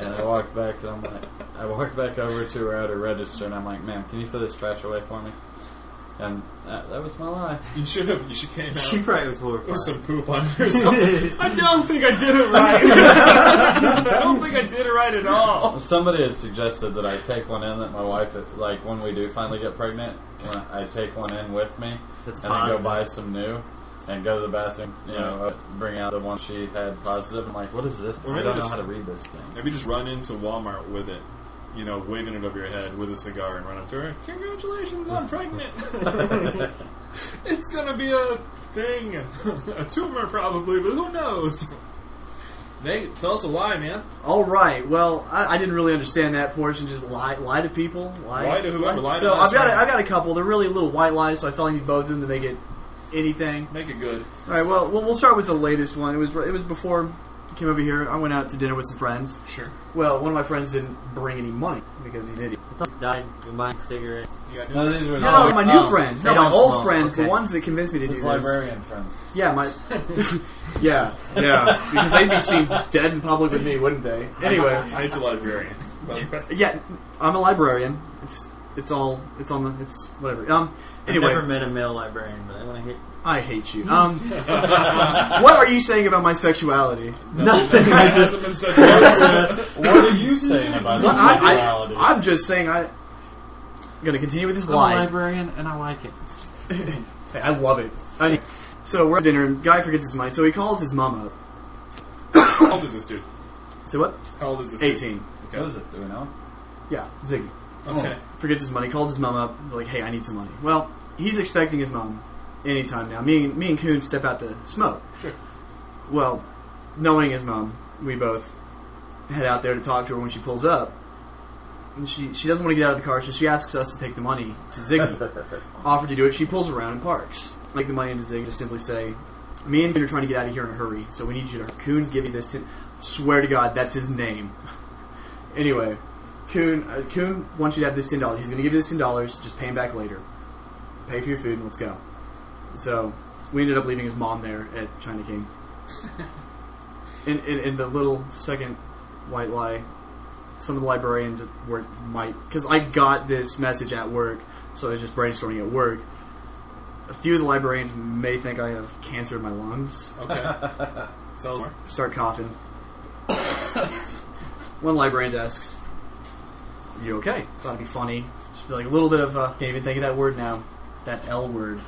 Speaker 5: And I walk back, and I'm like, I walk back over to her at her register, and I'm like, ma'am, can you throw this trash away for me? And that, that was my lie.
Speaker 3: You should have. You should came out
Speaker 2: She probably was horrified.
Speaker 3: with some poop on yourself. I don't think I did it right. I don't think I did it right at all.
Speaker 5: Somebody had suggested that I take one in that my wife, like when we do finally get pregnant, when I take one in with me
Speaker 2: That's
Speaker 5: and then go
Speaker 2: positive.
Speaker 5: buy some new and go to the bathroom, you know, uh, bring out the one she had positive. I'm like, what is this?
Speaker 3: Or
Speaker 5: I
Speaker 3: maybe
Speaker 5: don't know
Speaker 3: just-
Speaker 5: how to read this thing.
Speaker 3: Have you just run into Walmart with it? You know, waving it over your head with a cigar and run up to her. Congratulations, I'm pregnant. it's gonna be a thing, a tumor probably, but who knows? Nate, tell us a lie, man.
Speaker 6: All right. Well, I, I didn't really understand that portion. Just lie, lie to people. Lie,
Speaker 3: Lie to whoever, lie to
Speaker 6: so
Speaker 3: us,
Speaker 6: I've got,
Speaker 3: right?
Speaker 6: a, I've got a couple. They're really little white lies, so I feel I need both of them to make it anything.
Speaker 3: Make it good.
Speaker 6: All right. Well, we'll, we'll start with the latest one. It was, it was before I came over here. I went out to dinner with some friends.
Speaker 3: Sure.
Speaker 6: Well, one of my friends didn't bring any money because he's an idiot.
Speaker 2: I thought she died in buying cigarettes.
Speaker 3: You got
Speaker 5: No, these were
Speaker 6: No,
Speaker 5: like,
Speaker 6: my new
Speaker 5: um,
Speaker 6: friends,
Speaker 2: they
Speaker 6: no, my
Speaker 2: don't
Speaker 6: old
Speaker 2: smoke,
Speaker 6: friends, the
Speaker 2: okay.
Speaker 6: ones that convinced me to do
Speaker 5: These
Speaker 6: this.
Speaker 5: librarian friends.
Speaker 6: Yeah, my. yeah, yeah. Because they'd be seen dead in public with me, wouldn't they? Anyway.
Speaker 3: Nate's a librarian. by the way.
Speaker 6: Yeah, I'm a librarian. It's it's all it's on the it's whatever. Um,
Speaker 2: I've never
Speaker 6: anyway,
Speaker 2: met a male librarian, but I want to hit.
Speaker 6: I hate you. Um, what are you saying about my sexuality? Nothing.
Speaker 3: It hasn't been said once.
Speaker 5: What are you saying about
Speaker 6: What? I,
Speaker 5: sexuality?
Speaker 6: I, am just saying I. I'm gonna continue with this
Speaker 5: I'm a
Speaker 6: lie.
Speaker 5: librarian and I like it.
Speaker 6: Hey, I love it. I- so we're at dinner and guy forgets his money, so he calls his mom up.
Speaker 3: How old is this dude?
Speaker 6: So what?
Speaker 3: How old is this dude?
Speaker 6: Eighteen.
Speaker 5: What is it? Do we know?
Speaker 6: Yeah, Ziggy.
Speaker 3: Okay.
Speaker 6: forgets his money, calls his mom up, like, hey, I need some money. Well, he's expecting his mom anytime now. Me and me and Coon step out to smoke.
Speaker 3: Sure.
Speaker 6: Well, knowing his mom, we both head out there to talk to her when she pulls up. And she, she doesn't want to get out of the car, so she asks us to take the money to Ziggy. Offered to do it, she pulls around and parks. Take the money into Ziggy, just simply say, Me and Coon are trying to get out of here in a hurry, so we need you to Coon's giving this to swear to God, that's his name. Anyway, Coon, uh, Coon wants you to have this ten dollars. He's going to give you this ten dollars. Just pay him back later. Pay for your food and let's go. So we ended up leaving his mom there at China King. in, in, in the little second white lie, some of the librarians at work might because I got this message at work, so I was just brainstorming at work. A few of the librarians may think I have cancer in my lungs.
Speaker 3: Okay. Tell us more.
Speaker 6: Start coughing. One librarian asks, "You okay?" Thought it'd be funny. Just be like a little bit of. Uh, can't even think of that word now. That L word.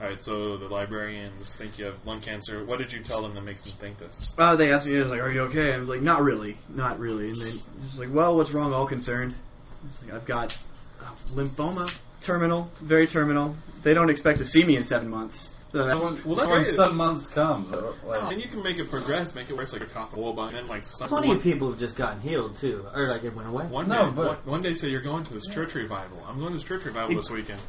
Speaker 3: All right, so the librarians think you have lung cancer. What did you tell them that makes them think this?
Speaker 6: Uh, they asked me, I was like, "Are you okay?" I was like, "Not really, not really." And they was like, "Well, what's wrong?" All concerned. I was like, "I've got uh, lymphoma, terminal, very terminal. They don't expect to see me in seven months." So that's-
Speaker 5: Well,
Speaker 3: that's
Speaker 5: that's when
Speaker 3: right.
Speaker 5: seven months comes. uh, Like,
Speaker 3: And you can make it progress, make it worse, like a cough, whole bunch, and then like some,
Speaker 2: Plenty
Speaker 3: one,
Speaker 2: of people have just gotten healed too, or like it went away.
Speaker 3: one
Speaker 5: No,
Speaker 3: day,
Speaker 5: but-
Speaker 3: one, one day say you're going to this church revival. I'm going to this church revival this weekend,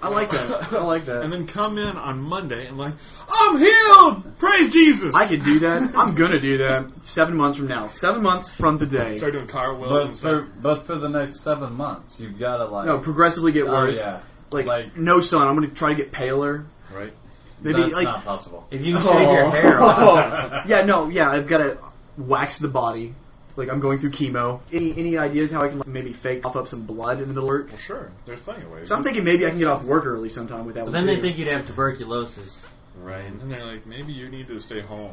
Speaker 6: I like that. I like
Speaker 3: and
Speaker 6: that.
Speaker 3: then come in on Monday and like I'm healed, praise Jesus.
Speaker 6: I could do that. I'm gonna do that. Seven months from now. Seven months from today.
Speaker 3: start doing cartwheels
Speaker 5: but
Speaker 3: and stuff.
Speaker 5: for but for the next seven months, you've got to like.
Speaker 6: No, progressively get
Speaker 5: oh
Speaker 6: worse.
Speaker 5: yeah,
Speaker 6: Like,
Speaker 5: Like-
Speaker 6: no sun. I'm gonna try to get paler.
Speaker 3: Right?
Speaker 6: Maybe
Speaker 5: that's
Speaker 6: like
Speaker 5: not possible.
Speaker 2: If you can shave
Speaker 6: Oh.
Speaker 2: your hair off,
Speaker 6: yeah, no, yeah. I've got to wax the body. Like I'm going through chemo. Any any ideas how I can like, maybe fake off up some blood in the middle of work?
Speaker 3: Well, sure. There's plenty of ways.
Speaker 6: So I'm thinking maybe I can get off work early sometime with that.
Speaker 2: but
Speaker 6: One
Speaker 2: then they
Speaker 6: too.
Speaker 2: think you'd have tuberculosis.
Speaker 3: right? And then they're like, maybe you need to stay home.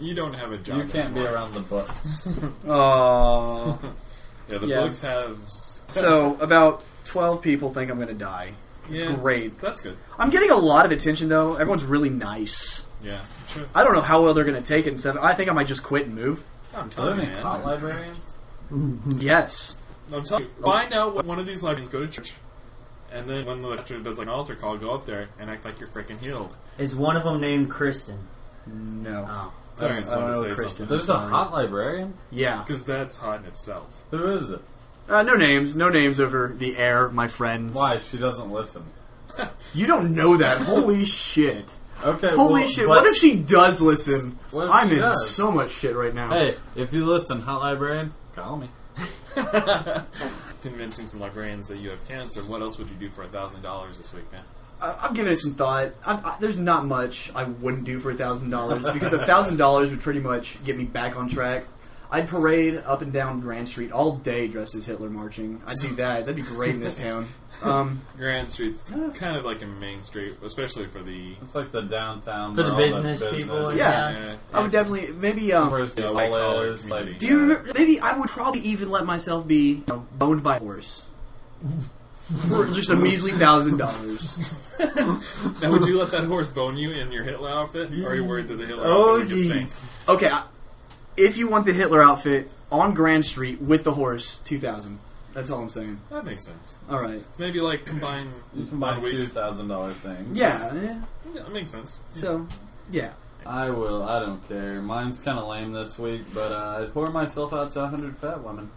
Speaker 3: you don't have a job.
Speaker 5: You can't be around the books.
Speaker 6: Oh.
Speaker 3: Yeah, the
Speaker 6: Yeah.
Speaker 3: books have.
Speaker 6: so about twelve people think I'm going to die. It's
Speaker 3: Yeah.
Speaker 6: great.
Speaker 3: That's good.
Speaker 6: I'm getting a lot of attention though. Everyone's really nice.
Speaker 3: Yeah. Sure.
Speaker 6: I don't know how well they're going to take it. And stuff. I think I might just quit and move.
Speaker 3: I'm
Speaker 5: Are
Speaker 3: telling
Speaker 5: there
Speaker 3: you,
Speaker 5: any cot
Speaker 3: man.
Speaker 5: librarians?
Speaker 6: Yes.
Speaker 3: I'm telling you. Find out what one of these libraries go to church. And then when the lecturer does like an altar call, go up there and act like you're freaking healed.
Speaker 2: Is one of them named Kristen?
Speaker 6: No.
Speaker 2: Oh.
Speaker 3: Clarence
Speaker 6: I don't
Speaker 3: wanted to
Speaker 6: know,
Speaker 3: say
Speaker 6: Kristen.
Speaker 3: something.
Speaker 5: There's a hot librarian?
Speaker 6: Yeah.
Speaker 3: Because that's hot in itself.
Speaker 5: Who is it?
Speaker 6: Uh, no names. No names over the air, my friends.
Speaker 5: Why? She doesn't listen.
Speaker 6: You don't know that. Holy shit.
Speaker 5: Okay.
Speaker 6: Holy
Speaker 5: well,
Speaker 6: shit.
Speaker 5: but-
Speaker 6: What if she does listen?
Speaker 5: What if
Speaker 6: I'm
Speaker 5: she
Speaker 6: in
Speaker 5: does?
Speaker 6: so much shit right now.
Speaker 5: Hey, if you listen, hot librarian, call me.
Speaker 3: Convincing some librarians that you have cancer. What else would you do for a thousand dollars this week, man?
Speaker 6: I, I'm giving it some thought. I, I, there's not much I wouldn't do for a thousand dollars because a thousand dollars would pretty much get me back on track. I'd parade up and down Grand Street all day dressed as Hitler marching. I'd do that. That'd be great in this town. Um,
Speaker 3: Grand Street's kind of like a main street, especially for the
Speaker 5: It's like the downtown.
Speaker 2: For the
Speaker 5: where all that
Speaker 2: business people,
Speaker 5: business-
Speaker 6: Yeah.
Speaker 3: uh,
Speaker 6: I would definitely maybe um.
Speaker 5: Where it's
Speaker 3: Yeah,
Speaker 5: the
Speaker 3: white collar
Speaker 5: is, like,
Speaker 3: community.
Speaker 6: Do you remember? Maybe I would probably even let myself be you know, boned by a horse for just a measly thousand dollars.
Speaker 3: Now, would you let that horse bone you in your Hitler outfit? Or are you worried that the Hitler
Speaker 2: Oh,
Speaker 3: outfit would get
Speaker 2: jeez.
Speaker 3: stained?
Speaker 6: Okay, I, if you want the Hitler outfit on Grand Street with the horse, two thousand. That's all I'm saying.
Speaker 3: That makes sense.
Speaker 6: All right.
Speaker 3: Maybe like combine
Speaker 5: You can buy
Speaker 3: one week.
Speaker 5: two thousand dollar things.
Speaker 6: Yeah. yeah.
Speaker 3: Yeah, that makes sense.
Speaker 6: So, yeah.
Speaker 5: I will. I don't care. Mine's kind of lame this week, but uh, I pour myself out to hundred fat women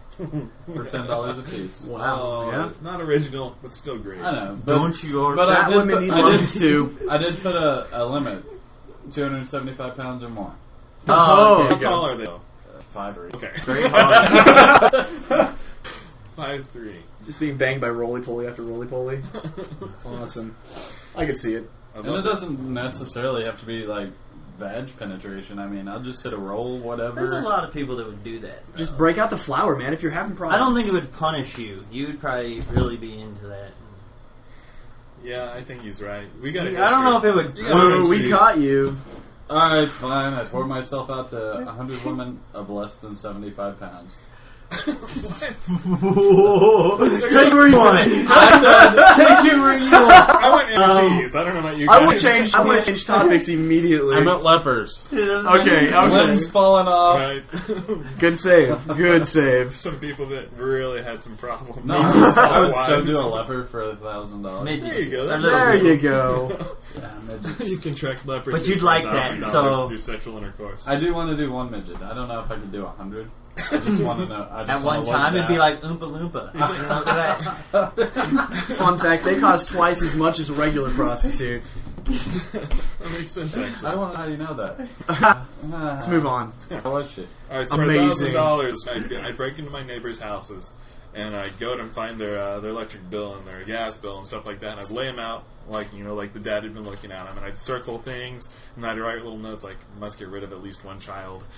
Speaker 5: for ten dollars a piece.
Speaker 3: Oh, Not original, but still great.
Speaker 5: I know. But,
Speaker 2: Don't you already?
Speaker 5: But I
Speaker 6: Fat
Speaker 5: did.
Speaker 6: women
Speaker 5: Put,
Speaker 6: need
Speaker 5: I, did
Speaker 6: loans too.
Speaker 5: I did put a, a limit: two hundred seventy-five pounds or more.
Speaker 2: Oh,
Speaker 3: How tall are they? though?
Speaker 5: Uh, Five or
Speaker 3: Okay. Five three.
Speaker 6: Just being banged by roly poly after roly poly. awesome. I could see it.
Speaker 3: Above
Speaker 5: And it
Speaker 3: that.
Speaker 5: doesn't necessarily have to be like vag penetration. I mean, I'll just hit a roll, whatever.
Speaker 2: There's a lot of people that would do that.
Speaker 6: Just break out the flower, man. If you're having
Speaker 2: I
Speaker 6: problems,
Speaker 2: don't think it would punish you. You would probably really be into that.
Speaker 3: Yeah, I think he's right. We got.
Speaker 2: I don't know if it would.
Speaker 3: You gotta
Speaker 6: Ooh, we caught you.
Speaker 5: All right, fine. I pour myself out to hundred women of less than seventy-five pounds.
Speaker 6: Take where you want it.
Speaker 3: I went
Speaker 2: Um,
Speaker 3: NFTs. I don't know about you guys.
Speaker 6: I would change. I would change topics immediately.
Speaker 5: I meant lepers.
Speaker 6: okay. Okay.
Speaker 5: Limbs falling off.
Speaker 3: Right.
Speaker 6: Good save. Good saves.
Speaker 3: Some people that really had some problems.
Speaker 5: No, I would
Speaker 3: Wives.
Speaker 5: still do a leper for a thousand dollars.
Speaker 2: Midgets.
Speaker 3: There you go.
Speaker 2: They're
Speaker 3: That's
Speaker 2: little
Speaker 6: There you
Speaker 2: girls.
Speaker 6: go.
Speaker 3: you contract leprosy.
Speaker 2: But you'd like that,
Speaker 3: $1,000
Speaker 2: so-
Speaker 3: through sexual intercourse.
Speaker 5: I do want to do one midget. I don't know if I could do a hundred. I just want to know. I just
Speaker 2: At
Speaker 5: wanna
Speaker 2: one
Speaker 5: look
Speaker 2: time, it'd be
Speaker 5: down.
Speaker 2: like Oompa Loompa. You know, look at that.
Speaker 6: Fun fact: They cost twice as much as a regular prostitute.
Speaker 3: that makes sense. Actually.
Speaker 5: I don't want to. How do you know that? Let's
Speaker 6: Let's move on.
Speaker 5: How was she?
Speaker 3: All right, so for
Speaker 6: Amazing.
Speaker 3: thousand dollars, I break into my neighbors' houses and I go and find their uh, their electric bill and their gas bill and stuff like that, and I'd lay them out like you know, like the dad had been looking at them, and I'd circle things and I'd write little notes like "must get rid of at least one child."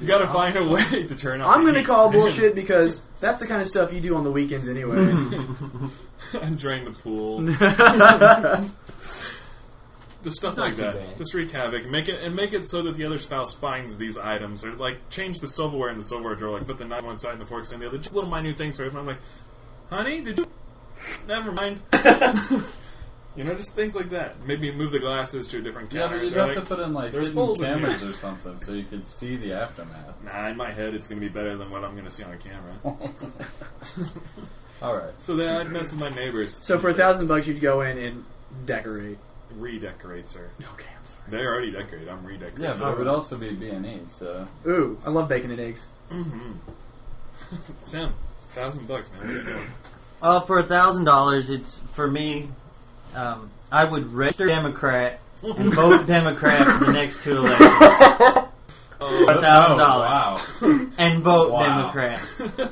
Speaker 3: you got to find a way to turn off.
Speaker 6: I'm
Speaker 3: the
Speaker 6: gonna
Speaker 3: heat
Speaker 6: call bullshit because that's the kind of stuff you do on the weekends anyway.
Speaker 3: and drain the pool. Just stuff like
Speaker 2: too
Speaker 3: that.
Speaker 2: bad.
Speaker 3: Just wreak havoc. Make it and make it so that the other spouse finds these items, or like change the silverware in the silverware drawer. Like put the knife on one side and the forks on the other. Just little minute things. Right? And I'm like, honey, did you? Never mind. you know, just things like that. Maybe move the glasses to a different
Speaker 5: Yeah,
Speaker 3: counter.
Speaker 5: but you'd
Speaker 3: They're
Speaker 5: have to
Speaker 3: like,
Speaker 5: put in like
Speaker 3: there's
Speaker 5: hidden
Speaker 3: holes in here.
Speaker 5: cameras or something so you could see the aftermath.
Speaker 3: nah, in my head, it's gonna be better than what I'm gonna see on camera.
Speaker 5: All right.
Speaker 3: so then I'd mess with my neighbors.
Speaker 6: So for a thousand bucks, you'd go in and decorate.
Speaker 3: redecorate, sir.
Speaker 6: Okay, I'm sorry.
Speaker 3: They already decorated. I'm redecorating.
Speaker 5: Yeah, but it would also be B and E. So
Speaker 6: Ooh, I love bacon and eggs.
Speaker 3: Tim, thousand bucks, man. What are you doing?
Speaker 2: Uh, for a thousand dollars, it's for me. Um, I would register Democrat and vote Democrat for the next two elections,
Speaker 5: Oh,
Speaker 2: $1,000. and vote
Speaker 5: Wow.
Speaker 2: Democrat.
Speaker 5: Wow.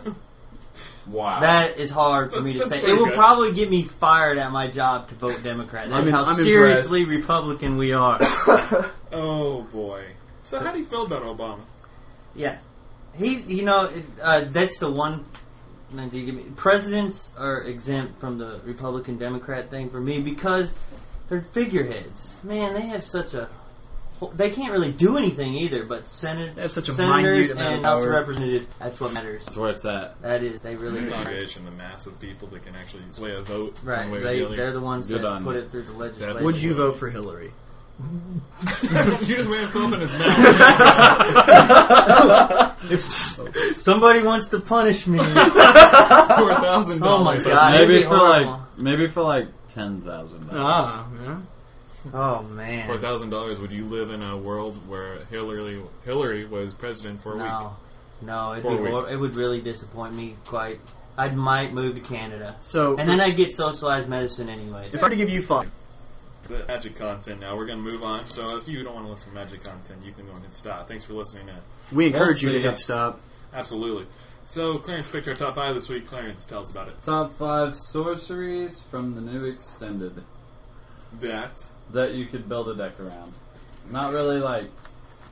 Speaker 5: Wow.
Speaker 2: That is hard for me to
Speaker 3: That's
Speaker 2: say.
Speaker 3: pretty
Speaker 2: It will
Speaker 3: good.
Speaker 2: probably get me fired at my job to vote Democrat. That's
Speaker 6: I'm in-
Speaker 2: how
Speaker 6: I'm
Speaker 2: seriously Republican we are.
Speaker 3: Oh boy. So how do you feel about Obama?
Speaker 2: yeah, he. You know, it- uh, that's the one. man, do you give me- Presidents are exempt from the Republican Democrat thing for me because they're figureheads. Man, they have such a They can't really do anything either, but senators,
Speaker 8: That's such a
Speaker 2: senators
Speaker 8: minute
Speaker 2: and
Speaker 8: amount
Speaker 2: House
Speaker 8: of
Speaker 2: of
Speaker 8: power.
Speaker 2: Representatives, that's what matters.
Speaker 5: That's where it's at.
Speaker 2: That is, they really do.
Speaker 3: Congregation, the mass of people that can actually sway a vote one
Speaker 2: Right,
Speaker 3: way or
Speaker 2: they,
Speaker 3: the other.
Speaker 2: they're the ones
Speaker 5: Good
Speaker 2: that
Speaker 5: on
Speaker 2: put
Speaker 5: you.
Speaker 2: it through the legislature.
Speaker 8: Would you vote for Hillary?
Speaker 3: you just made him come up in his mouth.
Speaker 2: Oh Somebody wants to punish me.
Speaker 3: Four thousand
Speaker 2: Oh my
Speaker 3: dollars.
Speaker 2: god, it'd
Speaker 5: maybe
Speaker 2: be
Speaker 5: for
Speaker 2: horrible.
Speaker 5: like maybe for like ten thousand.
Speaker 8: Ah, yeah.
Speaker 2: oh
Speaker 3: Four
Speaker 2: man,
Speaker 3: thousand dollars. Would you live in a world where Hillary Hillary was president for a week?
Speaker 2: no, no, it'd
Speaker 3: For
Speaker 2: be
Speaker 3: a week.
Speaker 2: hor- it would really disappoint me quite. I might move to Canada,
Speaker 8: So
Speaker 2: and then I'd get socialized medicine anyways.
Speaker 8: if I were to give you five,
Speaker 3: The magic content. Now we're gonna move on. So if you don't want to listen to magic content, you can go ahead and stop. Thanks for listening. In.
Speaker 8: we encourage you
Speaker 5: see.
Speaker 8: to hit stop.
Speaker 3: Absolutely. So Clarence picked our top five this week. Clarence, tell us about it.
Speaker 5: Top five sorceries from the new extended
Speaker 3: That
Speaker 5: that you could build a deck around. Not really like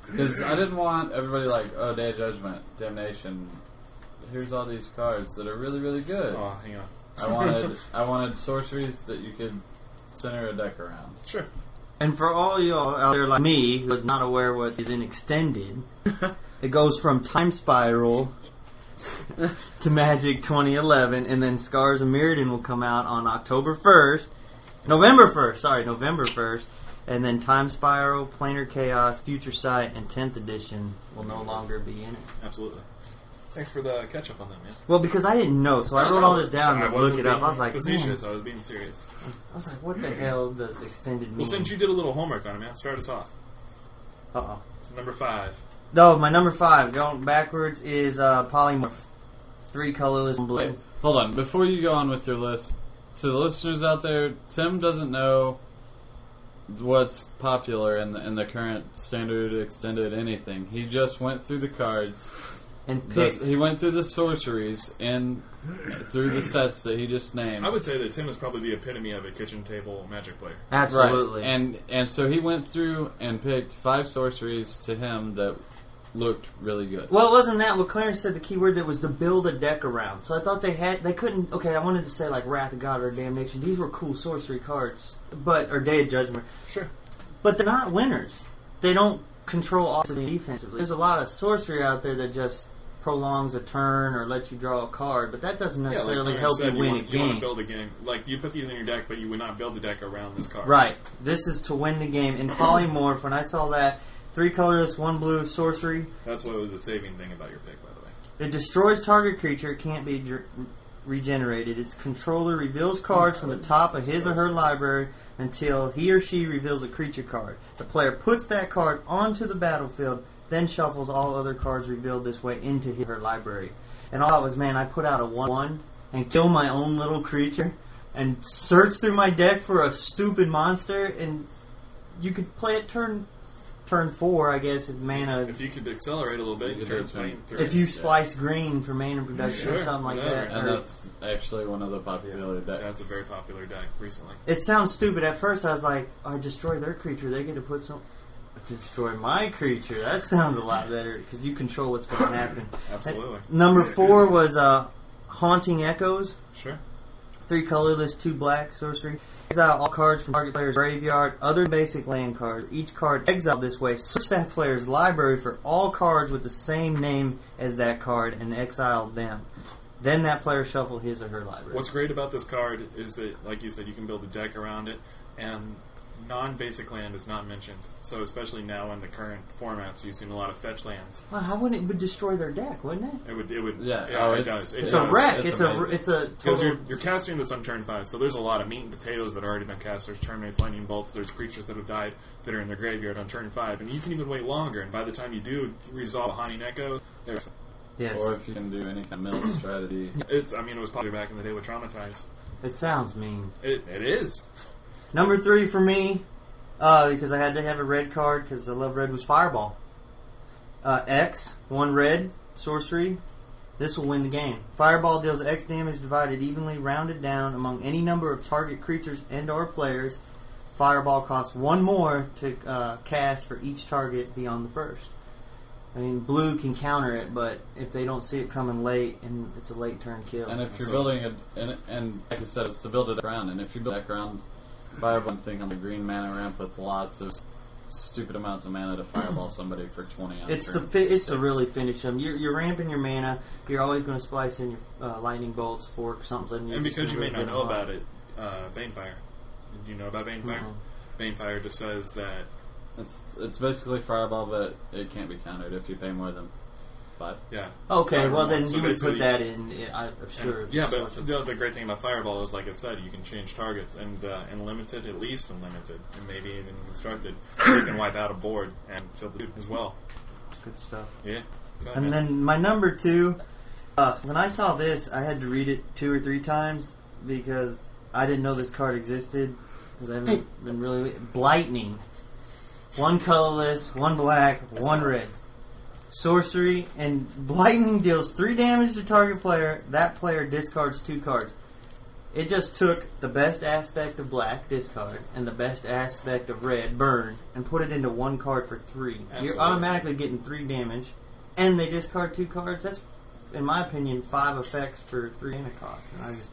Speaker 5: because I didn't want everybody like oh Day of Judgment, Damnation. Here's all these cards that are really really good.
Speaker 3: oh, hang on.
Speaker 5: I wanted I wanted sorceries that you could center a deck around.
Speaker 3: Sure.
Speaker 2: And for all y'all out there like me, who's not aware what is in extended, it goes from Time Spiral to Magic 2011, and then Scars of Mirrodin will come out on October 1st, November 1st, sorry, November 1st, and then Time Spiral, Planar Chaos, Future Sight, and 10th Edition will no longer be in it.
Speaker 3: Absolutely. Thanks for the catch up on that, man.
Speaker 2: Well, because I didn't know, so I wrote all this down
Speaker 3: Sorry, I
Speaker 2: to
Speaker 3: wasn't
Speaker 2: look it up.
Speaker 3: being
Speaker 2: I was like, hmm. man.
Speaker 3: facetious. I was being serious.
Speaker 2: I was like, what the hell does extended mean?
Speaker 3: Well, since you did a little homework on it, man, start us off.
Speaker 2: Uh-oh.
Speaker 3: Number five.
Speaker 2: No, my number five, going backwards, is uh, polymorph. Three colorless and blue.
Speaker 5: Wait, hold on. Before you go on with your list, to the listeners out there, Tim doesn't know what's popular in the, in the current standard, extended, anything. He just went through the cards.
Speaker 2: And
Speaker 5: That's-
Speaker 2: pick.
Speaker 5: He went through the sorceries and through the sets that he just named.
Speaker 3: I would say that Tim is probably the epitome of a kitchen table magic player.
Speaker 2: Absolutely.
Speaker 5: Right. And and so he went through and picked five sorceries to him that looked really good.
Speaker 2: well, it wasn't that. What Clarence said, the key word that was to build a deck around. So I thought they had, they couldn't. Okay, I wanted to say like Wrath of God or Damnation. These were cool sorcery cards, but or Day of Judgment.
Speaker 3: Sure.
Speaker 2: But they're not winners. They don't control offensively and defensively. There's a lot of sorcery out there that just prolongs a turn or lets you draw a card, but that doesn't
Speaker 3: Yeah, like
Speaker 2: necessarily
Speaker 3: Clarence
Speaker 2: help
Speaker 3: said,
Speaker 2: you win
Speaker 3: want,
Speaker 2: a
Speaker 3: You want
Speaker 2: game.
Speaker 3: to build a game. Like, you put these in your deck, but you would not build the deck around this card.
Speaker 2: Right. This is to win the game. In Polymorph, when I saw that, three colorless, one blue sorcery.
Speaker 3: That's what was the saving thing about your pick, by the way.
Speaker 2: It destroys target creature. It can't be dr- regenerated. Its controller reveals cards from the top of his or her library until he or she reveals a creature card. The player puts that card onto the battlefield, then shuffles all other cards revealed this way into his or her library. And all I was, man, I put out a 1 1 and kill my own little creature and search through my deck for a stupid monster and you could play it turn turn 4, I guess, if mana
Speaker 3: If you could accelerate a little bit,
Speaker 5: You
Speaker 3: you
Speaker 5: could
Speaker 3: turn
Speaker 5: do it,
Speaker 3: plane through.
Speaker 2: if you splice green for mana production or
Speaker 3: Sure,
Speaker 2: something like
Speaker 3: whatever.
Speaker 2: that.
Speaker 5: and
Speaker 2: or-
Speaker 5: that's actually one of the popular decks.
Speaker 3: That's a very popular deck recently.
Speaker 2: it sounds stupid at first. I was like, I destroy their creature. They get to put some. Destroy my creature. That sounds a lot better because you control what's going to happen.
Speaker 3: Absolutely.
Speaker 2: Number four was uh, Haunting Echoes.
Speaker 3: Sure.
Speaker 2: Three colorless, two black sorcery. Exile all cards from target player's graveyard, other basic land cards. Each card exiled this way. Search that player's library for all cards with the same name as that card and exile them. Then that player shuffle his or her library.
Speaker 3: What's great about this card is that, like you said, you can build a deck around it, and non-basic land is not mentioned. So especially now in the current formats, you've seen a lot of fetch lands.
Speaker 2: well, how wouldn't it would destroy their deck, wouldn't it?
Speaker 3: It would, it would,
Speaker 5: Yeah,
Speaker 3: yeah
Speaker 5: oh,
Speaker 3: it
Speaker 5: it's-
Speaker 3: does. It
Speaker 5: it's
Speaker 2: It's
Speaker 3: does.
Speaker 2: a wreck.
Speaker 5: It's
Speaker 2: It's, a
Speaker 5: amazing.
Speaker 2: it's a
Speaker 3: Because
Speaker 2: total
Speaker 3: you're, you're casting this on turn five, so there's a lot of meat and potatoes that have already been cast. There's terminates, lightning bolts, there's creatures that have died that are in their graveyard on turn five, and you can even wait longer. And by the time you do resolve a haunting echo, there's,
Speaker 2: yes.
Speaker 5: Or if you can do any kind of mill strategy.
Speaker 3: it's. I mean, it was popular back in the day with traumatize.
Speaker 2: It sounds mean.
Speaker 3: It, it is.
Speaker 2: Number three for me, uh, because I had to have a red card because I love red was Fireball. Uh, X one red sorcery. This will win the game. Fireball deals X damage divided evenly, rounded down among any number of target creatures and/or players. Fireball costs one more to uh, cast for each target beyond the first. I mean, blue can counter it, but if they don't see it coming late and it's a late turn kill,
Speaker 5: And if you're building a, and, and like I said, it's to build a deck around. And if you build a deck around, buy one thing on the green mana ramp with lots of stupid amounts of mana to fireball somebody for 20 on
Speaker 2: It's the
Speaker 5: turn
Speaker 2: fi- it's
Speaker 5: six.
Speaker 2: to really finish them. You're, you're ramping your mana. You're always going to splice in your uh, lightning bolts, fork, something. You're
Speaker 3: And
Speaker 2: just
Speaker 3: because you
Speaker 2: gonna
Speaker 3: may
Speaker 2: go
Speaker 3: not
Speaker 2: get
Speaker 3: know
Speaker 2: them all.
Speaker 3: about it, uh, Banefire. Do you know about Banefire?
Speaker 2: Mhm.
Speaker 3: Banefire just says that
Speaker 5: It's, it's basically fireball, but it can't be countered if you pay more than five.
Speaker 3: yeah,
Speaker 2: Okay, well then
Speaker 3: So
Speaker 2: you would
Speaker 3: basically-
Speaker 2: put that in. yeah, I- I'm sure.
Speaker 3: And- yeah,
Speaker 2: it's
Speaker 3: but
Speaker 2: such a-
Speaker 3: the other great thing about Fireball is, like I said, you can change targets, and uh, and limited, at least unlimited, and maybe even constructed, you can wipe out a board and kill the dude as well.
Speaker 2: it's good stuff.
Speaker 3: Yeah. Go
Speaker 2: And
Speaker 3: ahead.
Speaker 2: then my number two, uh, when I saw this, I had to read it two or three times because I didn't know this card existed. Because I haven't been really blightning. One colorless, one black, one red. Sorcery and blightning deals three damage to target player. That player discards two cards. It just took the best aspect of black, discard, and the best aspect of red, burn, and put it into one card for three.
Speaker 3: Absolutely.
Speaker 2: You're automatically getting three damage, and they discard two cards. That's, in my opinion, five effects for three mana cost. And I just,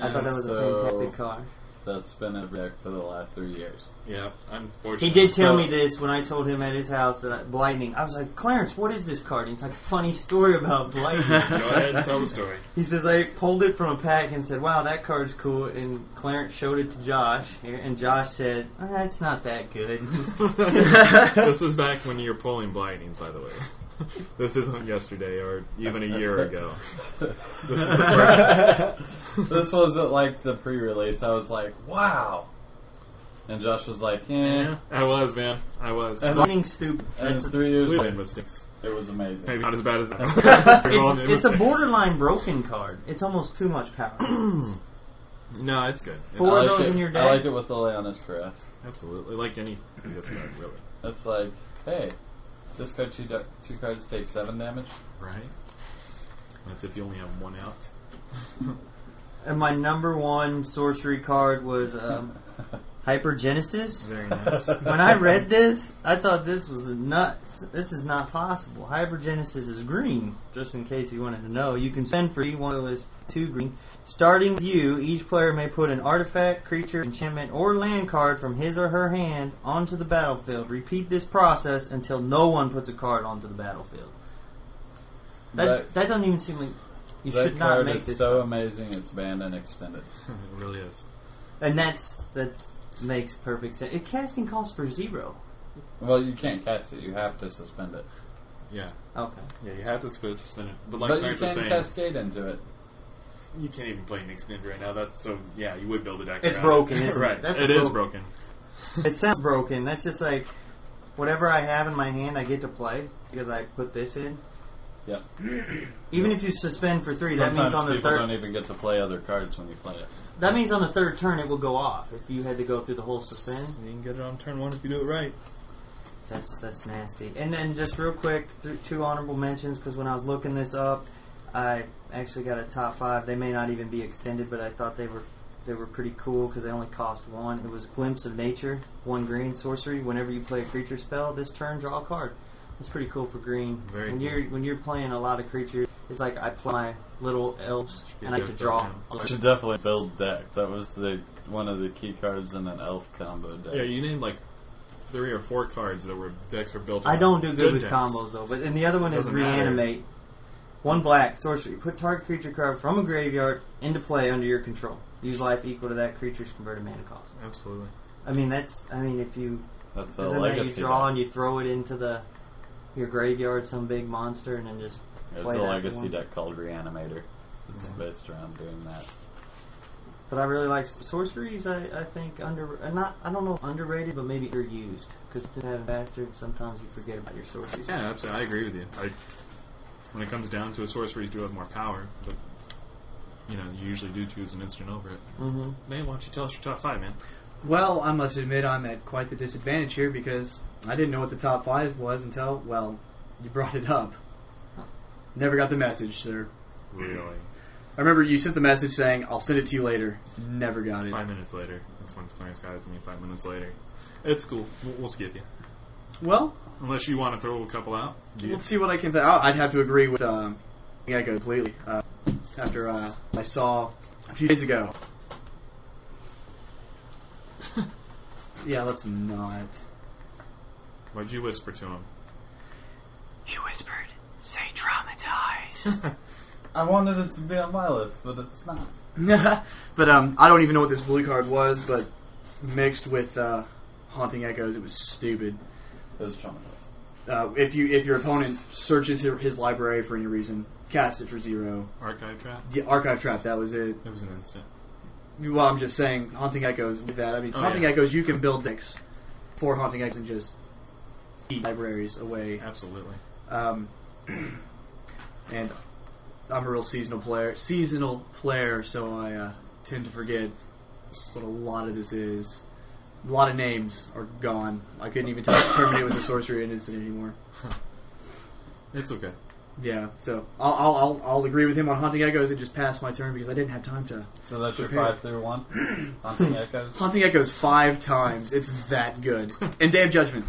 Speaker 2: I thought that was
Speaker 5: So-
Speaker 2: a fantastic card.
Speaker 5: That's been in deck for the last three years.
Speaker 3: yeah, unfortunately,
Speaker 2: He did tell
Speaker 5: So-
Speaker 2: me this when I told him at his house that I, Blightning. I was like, Clarence, what is this card? And he's like, a funny story about Blightning.
Speaker 3: Go ahead and tell the story.
Speaker 2: He says I pulled it from a pack and said, "Wow, that card's cool." And Clarence showed it to Josh, and Josh said, ah, "It's not that good."
Speaker 3: this was back when you were pulling blindings, by the way. This isn't yesterday or even a year ago. This is the first.
Speaker 5: this wasn't like the pre-release. I was like, wow. And Josh was like, yeah.
Speaker 3: I was, man. I was.
Speaker 5: And,
Speaker 2: Lightning stupid.
Speaker 5: and
Speaker 2: That's a,
Speaker 5: three years
Speaker 3: We made
Speaker 5: later,
Speaker 3: mistakes.
Speaker 5: it was amazing.
Speaker 3: Maybe not as bad as that.
Speaker 2: it's, it's a borderline broken card. It's almost too much power.
Speaker 3: No, it's good. It's
Speaker 5: I
Speaker 2: Four of
Speaker 5: liked
Speaker 2: those
Speaker 5: it.
Speaker 2: in your
Speaker 5: I
Speaker 2: deck?
Speaker 5: liked it with Ileana's Caress.
Speaker 3: absolutely like any. It's good, really.
Speaker 5: It's like, hey, discard two, du- two cards, take seven damage.
Speaker 3: Right? That's if you only have one out.
Speaker 2: and my number one sorcery card was um, Hypergenesis.
Speaker 3: Very nice.
Speaker 2: When I read this, I thought this was nuts. This is not possible. Hypergenesis is green, just in case you wanted to know. You can spend free one of those two green. Starting with you, each player may put an artifact, creature, enchantment, or land card from his or her hand onto the battlefield. Repeat this process until no one puts a card onto the battlefield. That
Speaker 5: That-
Speaker 2: that, doesn't even seem like you
Speaker 5: that
Speaker 2: should not
Speaker 5: card
Speaker 2: make
Speaker 5: is
Speaker 2: this.
Speaker 5: so amazing. It's banned and extended.
Speaker 3: it really is.
Speaker 2: and that's that's makes perfect sense. It casting calls for zero.
Speaker 5: Well, you can't cast it. You have to suspend it.
Speaker 3: Yeah.
Speaker 2: Okay.
Speaker 3: Yeah, you have to split spin it. But like
Speaker 5: but you
Speaker 3: Clarence was
Speaker 5: can
Speaker 3: saying,
Speaker 5: cascade into it.
Speaker 3: you can't even play Nick Spin right now. That's so yeah, you would build a deck.
Speaker 2: It's
Speaker 3: around
Speaker 2: broken,
Speaker 3: it.
Speaker 2: isn't it?
Speaker 3: right.
Speaker 2: That's
Speaker 3: It is
Speaker 2: broken.
Speaker 3: broken.
Speaker 2: It sounds broken. That's just like whatever I have in my hand, I get to play because I put this in.
Speaker 5: Yep.
Speaker 2: Even if you suspend for three, that means
Speaker 5: Sometimes
Speaker 2: on the
Speaker 5: people
Speaker 2: third.
Speaker 5: don't e- even get to play other cards when you play it.
Speaker 2: That means on the third turn it will go off. If you had to go through the whole suspend,
Speaker 3: You can get it on turn one if you do it right.
Speaker 2: that's that's nasty. And then just real quick, th- two honorable mentions because when I was looking this up, I actually got a top five. They may not even be extended, but I thought they were they were pretty cool because they only cost one. It was Glimpse of Nature, one green sorcery. Whenever you play a creature spell this turn, draw a card. That's pretty cool for green.
Speaker 3: Very
Speaker 2: when
Speaker 3: cool.
Speaker 2: you're when you're playing a lot of creatures, it's like I play my little elves
Speaker 3: Should be
Speaker 2: and I
Speaker 3: a
Speaker 2: get to
Speaker 3: good
Speaker 2: draw.
Speaker 3: program.
Speaker 5: You should definitely build decks. That was the one of the key cards in an elf combo deck.
Speaker 3: Yeah, you named like three or four cards that were decks were built.
Speaker 2: I don't do good, with
Speaker 3: decks.
Speaker 2: combos though. But and the other one is
Speaker 3: Doesn't matter.
Speaker 2: reanimate. One black sorcery. Put target creature card from a graveyard into play under your control. Use life equal to that creature's converted mana cost.
Speaker 3: Absolutely.
Speaker 2: I mean that's I mean if you
Speaker 5: That's a
Speaker 2: isn't that you
Speaker 5: legacy.
Speaker 2: draw
Speaker 5: deck.
Speaker 2: and you throw it into the your graveyard some big monster and then just
Speaker 5: There's
Speaker 2: play
Speaker 5: a
Speaker 2: that
Speaker 5: legacy
Speaker 2: one. Mm-hmm.
Speaker 5: deck called Reanimator. It's based around doing that.
Speaker 2: But I really like sorceries. I, I think under uh, not I don't know if underrated, but maybe underused because to have bastard sometimes you forget about your sorceries.
Speaker 3: Yeah, absolutely. I agree with you. I, when it comes down to a sorcery, you do have more power, but you know you usually do choose an instant over it.
Speaker 2: Mm-hmm.
Speaker 3: Man, why don't you tell us your top five, man?
Speaker 6: Well, I must admit I'm at quite the disadvantage here because I didn't know what the top five was until, well, you brought it up. Never got the message, sir.
Speaker 3: Really?
Speaker 6: I remember you sent the message saying, I'll send it to you later. Never got it.
Speaker 3: Five minutes later. That's when Clarence got it to me. Five minutes later. It's cool. We'll, we'll skip you.
Speaker 6: Well,
Speaker 3: Unless you want to throw a couple out. Do you?
Speaker 6: let's see what I can think. I'd have to agree with uh, Gecko completely. Uh, after uh, I saw a few days ago. yeah, let's not.
Speaker 3: What'd you whisper to him?
Speaker 2: You whispered, "Say traumatize."
Speaker 5: I wanted it to be on my list, but it's not.
Speaker 6: but um, I don't even know what this blue card was, but mixed with uh, haunting echoes, it was stupid.
Speaker 5: It was traumatized.
Speaker 6: Uh, if you if your opponent searches his, his library for any reason, cast it for zero.
Speaker 3: Archive trap?
Speaker 6: The archive trap, that was it.
Speaker 3: It was an instant.
Speaker 6: Well, I'm just saying, haunting echoes with that. I mean,
Speaker 3: Oh,
Speaker 6: haunting
Speaker 3: yeah.
Speaker 6: echoes, you can build decks for haunting echoes and just eat libraries away.
Speaker 3: Absolutely.
Speaker 6: Um, and I'm a real seasonal player, seasonal player, so I uh, tend to forget what a lot of this is. A lot of names are gone. I couldn't even tell Terminator was a sorcery and instant anymore.
Speaker 3: It's okay.
Speaker 6: Yeah, so I'll, I'll, I'll, I'll agree with him on Haunting Echoes and just pass my turn because I didn't have time to.
Speaker 5: So that's your
Speaker 6: Prepare.
Speaker 5: five through one. Haunting echoes.
Speaker 6: Haunting Echoes five times. It's that good. And Day of Judgment.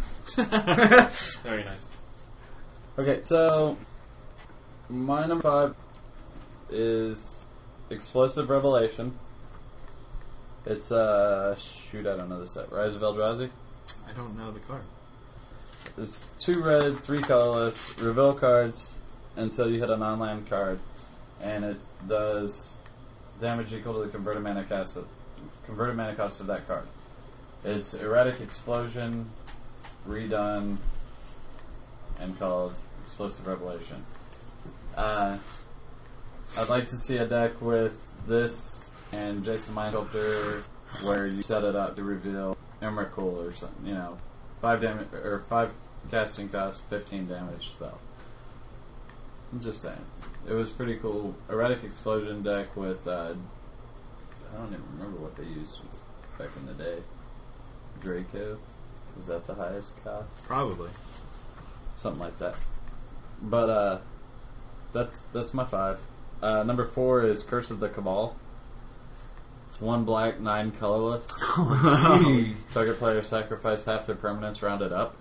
Speaker 3: Very nice.
Speaker 5: Okay, so my number five is explosive revelation. It's uh shoot, I don't know this set. Rise of Eldrazi.
Speaker 3: I don't know the card.
Speaker 5: It's two red, three colorless, reveal cards until you hit an online card, and it does damage equal to the converted mana cost of, converted mana cost of that card. It's erratic explosion, redone, and called explosive revelation. Uh, I'd like to see a deck with this and Jason Mindhunter, where you set it up to reveal Emrakul or something, you know, Five damage or five casting cost, fifteen damage spell. I'm just saying, it was pretty cool. Erratic explosion deck with uh, I don't even remember what they used back in the day. Draco was that the highest cost?
Speaker 3: Probably.
Speaker 5: something like that. But uh, that's that's my five. Uh, number four is Curse of the Cabal. It's one black, nine colorless. Target player sacrifice half their permanents rounded up,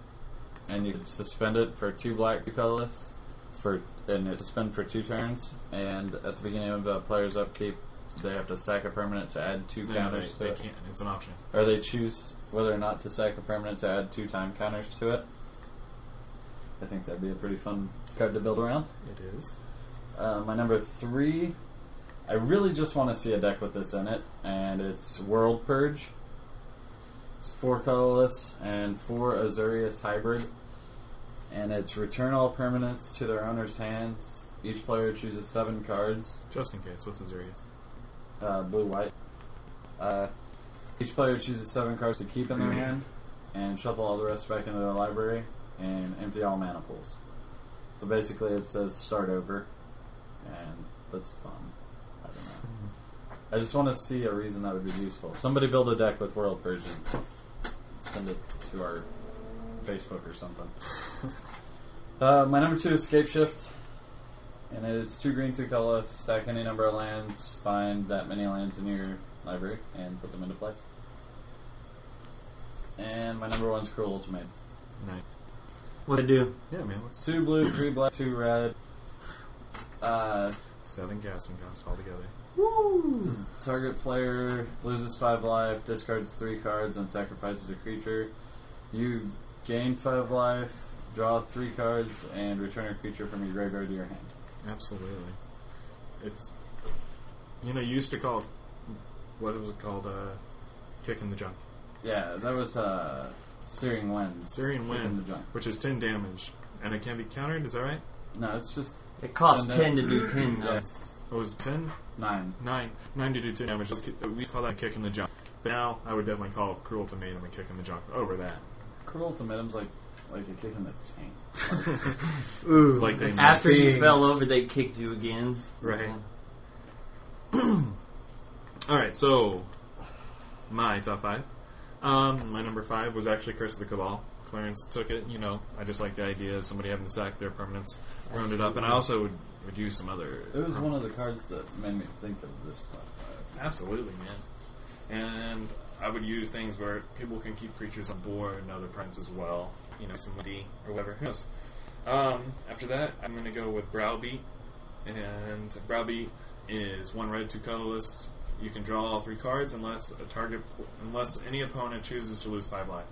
Speaker 5: and you can suspend it for two black, two colorless, for and it suspend for two turns. And at the beginning of the player's upkeep, they have to sack a permanent to add two
Speaker 3: No, no,
Speaker 5: counters
Speaker 3: they,
Speaker 5: to
Speaker 3: they
Speaker 5: it
Speaker 3: can't. It's an option.
Speaker 5: or they choose whether or not to sack a permanent to add two time counters to it. I think that'd be a pretty fun card to build around.
Speaker 3: It is.
Speaker 5: Uh, my number three, I really just want to see a deck with this in it, and it's World Purge. It's four colorless and four Azurius hybrid, and it's return all permanents to their owner's hands. Each player chooses seven cards
Speaker 3: Just in case. What's Azurius?
Speaker 5: uh, blue white. Uh, each player chooses seven cards to keep in their hand and shuffle all the rest back into their library and empty all mana pools. So basically, it says start over, and that's fun. I don't know. I just want to see a reason that would be useful. Somebody build a deck with World Version. Send it to our Facebook or something. uh, my number two is Scape Shift. And it's two green, two colorless. Sack any number of lands. Find that many lands in your library and put them into play. And my number one's Cruel Ultimate.
Speaker 3: Nice.
Speaker 2: What'd it do?
Speaker 3: Yeah, man. What's
Speaker 5: It's two blue, three black, two red. Uh,
Speaker 3: seven casting cost altogether?
Speaker 5: target player loses five life, discards three cards, and sacrifices a creature. You gain five life, draw three cards, and return a creature from your graveyard to your hand.
Speaker 3: Absolutely. It's. You know, you used to call. What was it called? Uh, kicking the junk.
Speaker 5: Yeah, that was uh, Searing Winds.
Speaker 3: Syrian
Speaker 5: Kick in
Speaker 3: wind,
Speaker 5: the junk.
Speaker 3: which is 10 damage. And it can be countered, is that right?
Speaker 5: No, it's just
Speaker 2: It costs
Speaker 5: And
Speaker 2: ten
Speaker 5: then-
Speaker 2: to do ten. though.
Speaker 5: Yes.
Speaker 3: Or was it 10?
Speaker 5: Nine.
Speaker 3: 9. 9 to do 2 damage. Let's get, we call that a kick in the junk. But now, I would definitely call Cruel Tomato and kick in the junk over that.
Speaker 5: Cruel Ultimatum's like like a kick in the tank.
Speaker 6: Ooh.
Speaker 3: It's like they
Speaker 2: After you
Speaker 6: Jeez.
Speaker 2: fell over, they kicked you again.
Speaker 3: Right. Alright, so. My top 5. Um, my number 5 was actually Curse of the Cabal. Clarence took it, you know. I just like the idea of somebody having to sack their permanents, round it up, and I also would, would use some other.
Speaker 5: It was one of the cards that made me think of this stuff.
Speaker 3: Absolutely, man. And I would use things where people can keep creatures on board and other prints as well. You know, some D or whatever. Who knows? Um, after that, I'm going to go with Browbeat. And Browbeat is one red, two colorless. You can draw all three cards unless a target, unless any opponent chooses to lose five life.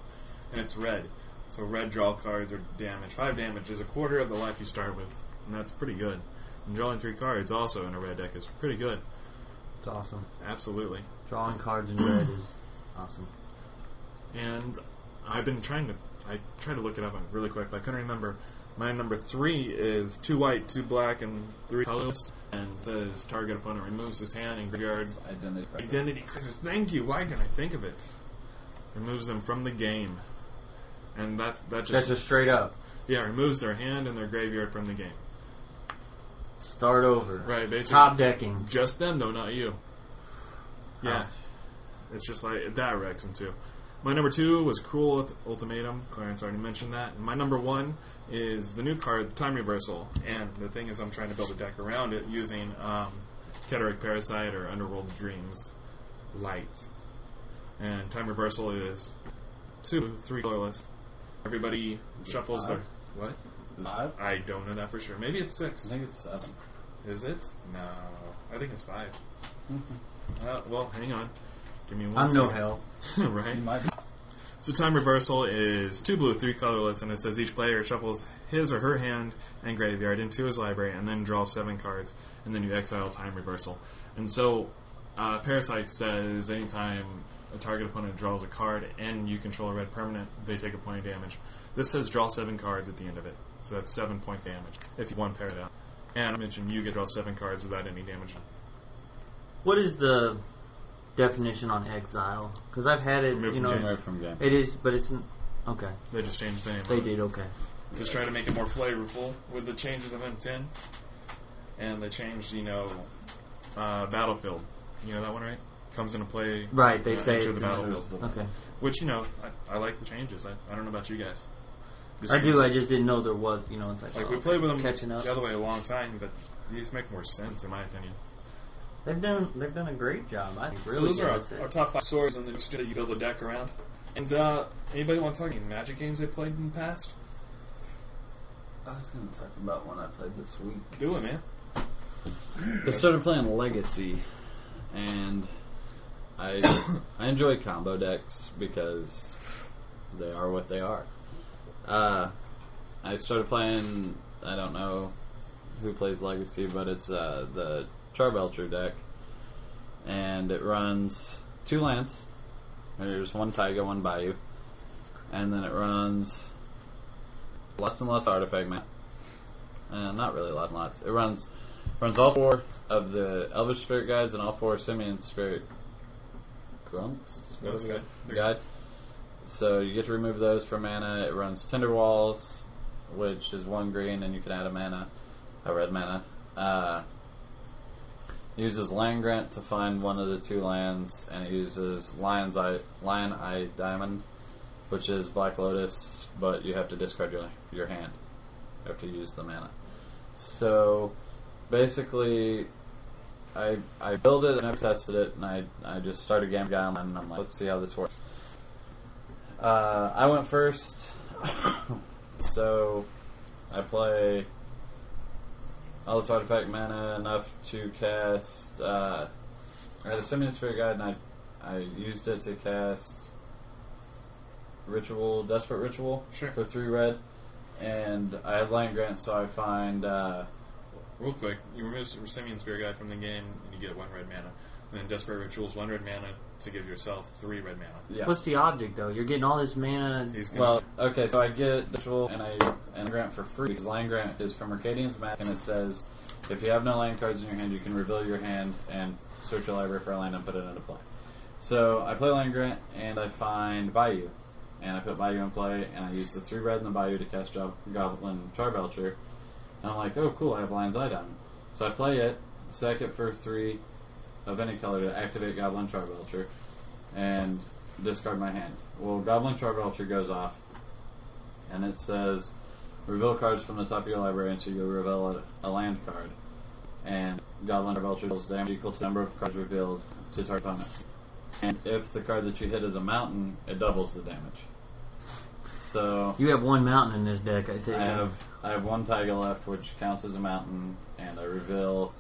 Speaker 3: And it's red. So red draw cards are damage. Five damage is a quarter of the life you start with, and that's pretty good. And drawing three cards also in a red deck is pretty good.
Speaker 8: It's awesome.
Speaker 3: Absolutely.
Speaker 8: Drawing cards in red is awesome.
Speaker 3: And I've been trying to I tried to look it up really quick, but I couldn't remember. My number three is two white, two black, and three colors, and says target opponent removes his hand and graveyard
Speaker 5: Identity. crisis.
Speaker 3: Identity crisis. Thank you. Why didn't I think of it? Removes them from the game, and that that
Speaker 8: That's
Speaker 3: just,
Speaker 8: just straight up.
Speaker 3: yeah removes their hand and their graveyard from the game.
Speaker 8: Start over.
Speaker 3: Right, basically.
Speaker 8: Top decking.
Speaker 3: Just them though, not you. Yeah, it's just like that wrecks them too. My number two was Cruel Ult- Ultimatum. Clarence already mentioned that. And my number one is the new card, Time Reversal. And the thing is, I'm trying to build a deck around it using um, Cataract Parasite or Underworld Dreams Light. And Time Reversal is two, three colorless. Everybody shuffles their. What?
Speaker 5: Five?
Speaker 3: I don't know that for sure. Maybe it's
Speaker 5: I
Speaker 3: six.
Speaker 5: think it's seven.
Speaker 3: Is it? No. I think it's five. uh, well, hang on. Give me one.
Speaker 8: I'm no
Speaker 3: second.
Speaker 8: help.
Speaker 5: You
Speaker 3: right.
Speaker 5: might be.
Speaker 3: So time reversal is two blue, three colorless, and it says each player shuffles his or her hand and graveyard into his library, and then draws seven cards, and then you exile time reversal. And so, uh, parasite says anytime a target opponent draws a card and you control a red permanent, they take a point of damage. This says draw seven cards at the end of it, so that's seven points damage if you one pair it out. And I mentioned you get draw seven cards without any damage.
Speaker 2: What is the definition on exile? Because I've had it,
Speaker 3: Remove
Speaker 2: you
Speaker 3: from
Speaker 2: know,
Speaker 3: game.
Speaker 5: Away from game.
Speaker 2: it is, but it's n- okay.
Speaker 3: They just changed the name.
Speaker 2: They
Speaker 3: of it.
Speaker 2: did okay.
Speaker 3: Just trying to make it more flavorful with the changes of M10. And they changed, you know, uh, Battlefield. You know that one, right? Comes into play.
Speaker 2: Right, they
Speaker 3: uh,
Speaker 2: say
Speaker 3: Enter
Speaker 2: it's
Speaker 3: the
Speaker 2: in-
Speaker 3: Battlefield.
Speaker 2: Okay,
Speaker 3: Which, you know, I, I like the changes. I, I don't know about you guys. Just
Speaker 2: I do.
Speaker 3: seems-
Speaker 2: I just didn't know there was, you know, it's like,
Speaker 3: Like,
Speaker 2: oh,
Speaker 3: we played with them
Speaker 2: catching up.
Speaker 3: the other way a long time, but these make more sense, in my opinion.
Speaker 2: They've done they've done a great job. I think really
Speaker 3: so those are
Speaker 2: good
Speaker 3: our,
Speaker 2: with it.
Speaker 3: our top five swords and the just that you build a deck around. And uh, anybody want to talk any Magic games they played in the past?
Speaker 5: I was going to talk about one I played this week.
Speaker 3: Do it, man.
Speaker 5: I started playing Legacy, and I I enjoy combo decks because they are what they are. Uh, I started playing. I don't know who plays Legacy, but it's uh, the Charbelcher deck, and it runs two lands. There's one Taiga, one Bayou, and then it runs lots and lots of artifact map. Uh, not really lots and lots. It runs runs all four of the Elvish Spirit Guides and all four Simeon Spirit Grunts.
Speaker 3: That's good.
Speaker 5: Guide. So you get to remove those for mana. It runs Tinder Walls, which is one green, and you can add a mana, a red mana. Uh, uses Land Grant to find one of the two lands, and it uses Lion's Eye, Lion Eye Diamond, which is Black Lotus, but you have to discard your, your hand. You have to use the mana. So basically, I I built it and I tested it, and I, I just started Game Guy online, and I'm like, let's see how this works. Uh, I went first, so I play all this artifact mana enough to cast. Uh, I had a Simeon Spirit Guide, and I I used it to cast Ritual, Desperate Ritual
Speaker 3: Sure.
Speaker 5: for three red, and I have Land Grant, so I find. Uh,
Speaker 3: Real quick, you remove Simeon Spear Guy from the game, and you get one red mana. And then Desperate Rituals, one red mana to give yourself three red mana.
Speaker 5: yeah.
Speaker 2: What's the object though? You're getting all this mana.
Speaker 3: He's gonna
Speaker 5: Well, okay, so I get the ritual and I and grant for free because land grant is from Mercadian's Mask and it says if you have no land cards in your hand, you can reveal your hand and search your library for a land and put it into play. So I play land grant and I find Bayou, and I put Bayou in play and I use the three red and the Bayou to cast Job, Goblin Charbelcher, and I'm like, oh cool, I have Lion's Eye Diamond. So I play it, second for three of any color to activate Goblin Charbelcher, and discard my hand. Well, Goblin Charbelcher goes off, and it says, reveal cards from the top of your library until you reveal a, a land card. And Goblin Charbelcher deals damage equal to the number of cards revealed to target opponent. And if the card that you hit is a mountain, it doubles the damage. So
Speaker 2: You have one mountain in this deck. I think.
Speaker 5: I have I have one tiger left, which counts as a mountain, and I reveal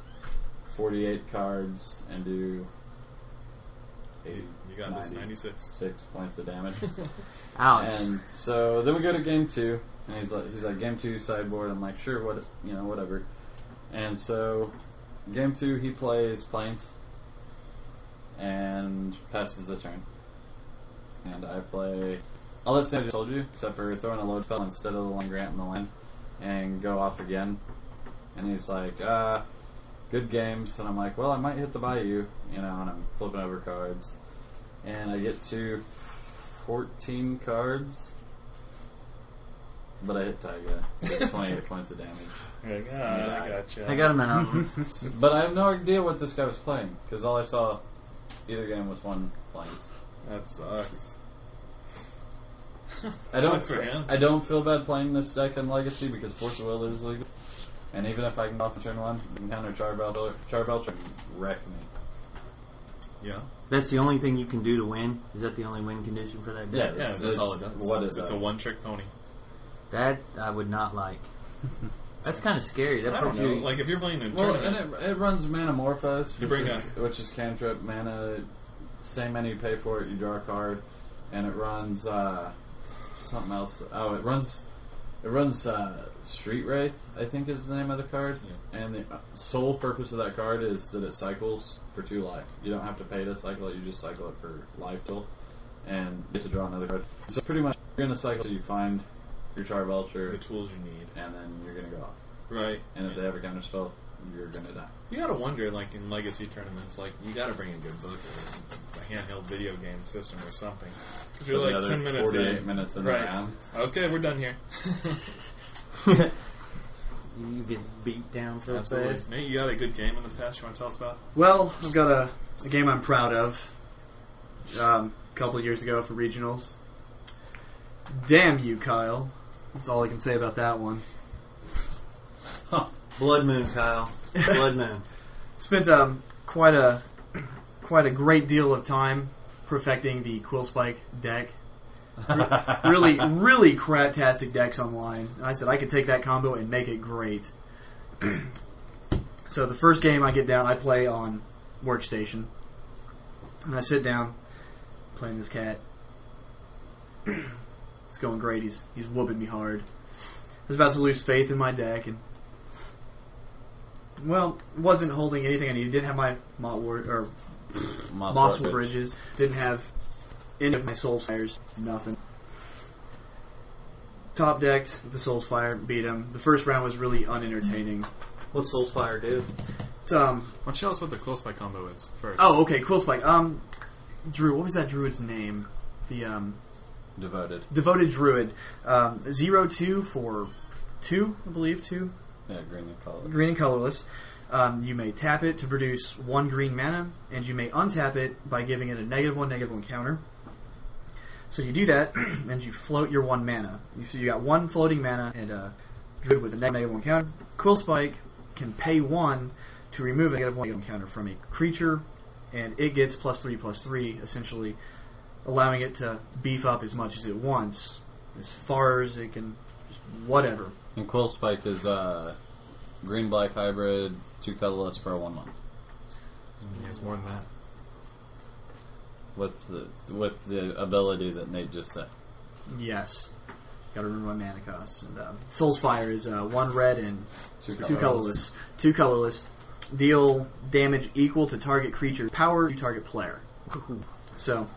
Speaker 5: forty-eight cards and do
Speaker 3: You got this.
Speaker 5: 90.
Speaker 3: 96.
Speaker 5: Six points of damage.
Speaker 2: Ouch.
Speaker 5: And so then we go to game two, and he's like, he's like, game two sideboard. I'm like, sure, what, you know, whatever. And so, game two, he plays planes, and passes the turn. And I play all that same I just told you, except for throwing a load spell instead of the land grant in the land, and go off again. And he's like, uh, good games. And I'm like, well, I might hit the bayou, you know, and I'm flipping over cards. And I get to 14 cards. But I hit Taiga. 28 points of damage.
Speaker 3: You're like, ah, I gotcha.
Speaker 8: I got him out.
Speaker 5: But I have no idea what this guy was playing, because all I saw either game was one planes.
Speaker 3: That sucks.
Speaker 5: I don't.
Speaker 3: Sucks for him.
Speaker 5: I don't feel bad playing this deck in Legacy because Force of Will is legal, and even if I can go off in turn one, encounter Charbel, Charbel can wreck me.
Speaker 3: Yeah.
Speaker 8: That's the only thing you can do to win. Is that the only win condition for that?
Speaker 5: Yeah,
Speaker 3: Yeah,
Speaker 5: it's-
Speaker 3: that's
Speaker 5: it's
Speaker 3: all it does.
Speaker 5: What it
Speaker 3: it's
Speaker 5: does.
Speaker 3: a one trick pony.
Speaker 8: That I would not like. That's kind of scary. That
Speaker 3: I don't
Speaker 8: puts
Speaker 3: know.
Speaker 8: you.
Speaker 3: Like, if you're playing in
Speaker 5: Well, and
Speaker 3: tournament,
Speaker 5: it, it runs Mana Morphos,
Speaker 3: You
Speaker 5: which,
Speaker 3: bring
Speaker 5: is, which is cantrip mana. Same mana you pay for it, you draw a card, and it runs uh, something else. Oh, it runs it runs uh, Street Wraith, I think is the name of the card. And the uh, sole purpose of that card is that it cycles for two life. You don't have to pay to cycle it; you just cycle it for life total, and get to draw another card. So pretty much, you're gonna cycle till you find your Char
Speaker 3: the
Speaker 5: Vulture,
Speaker 3: tools you need.
Speaker 5: and then you're gonna go off.
Speaker 3: Right.
Speaker 5: And if they have a counter spell, you're gonna die.
Speaker 3: You gotta wonder, like in legacy tournaments, like you gotta bring a good book or a handheld video game system or something. 'Cause you're like
Speaker 5: Another
Speaker 3: ten minutes
Speaker 5: 48
Speaker 3: in.
Speaker 5: minutes in the
Speaker 3: right.
Speaker 5: round.
Speaker 3: Okay, we're done here.
Speaker 8: You get beat down so
Speaker 3: Absolutely.
Speaker 8: fast.
Speaker 3: Nate, you got a good game in the past. You want to tell us about?
Speaker 6: Well, I've got a, a game I'm proud of. Um, a couple years ago for regionals. Damn you, Kyle. That's all I can say about that one.
Speaker 8: Blood Moon, Kyle. Blood Moon.
Speaker 6: Spent um, quite a quite a great deal of time perfecting the Quill Spike deck. Re- really, really craptastic decks online. And I said I could take that combo and make it great. so the first game I get down, I play on workstation, and I sit down playing this cat. it's going great. He's he's whooping me hard. I was about to lose faith in my deck, and well, wasn't holding anything I needed. Didn't have my Mott War or Moss
Speaker 5: Warpage.
Speaker 6: Bridges. Didn't have any of my Soul's Fires. Nothing. Top decked with the Soul's Fire, beat him. The first round was really unentertaining.
Speaker 8: What's Soulfire do?
Speaker 6: It's, um,
Speaker 3: Why don't you tell us what the close by combo is first?
Speaker 6: oh, okay, Quill Spike. Um, Drew, what was that druid's name? The um,
Speaker 5: Devoted.
Speaker 6: devoted druid. Um, zero two for two, I believe two.
Speaker 5: Yeah, green and color.
Speaker 6: green and colorless. Um, you may tap it to produce one green mana, and you may untap it by giving it a negative one, negative one counter. So you do that, and you float your one mana. You, so you got one floating mana and a druid with a neg- negative one counter. Quill Spike can pay one to remove a negative one negative one counter from a creature, and it gets plus three, plus three, essentially allowing it to beef up as much as it wants, as far as it can, just whatever.
Speaker 5: And Quill Spike is uh, green black hybrid, two colorless for a one one.
Speaker 3: Yeah, it's more than that.
Speaker 5: With the with the ability that Nate just said.
Speaker 6: Yes. Gotta remember my mana costs. And, uh, Soul's Fire is uh, one red and two, colorless. Two colorless. Deal damage equal to target creature power to target player. So,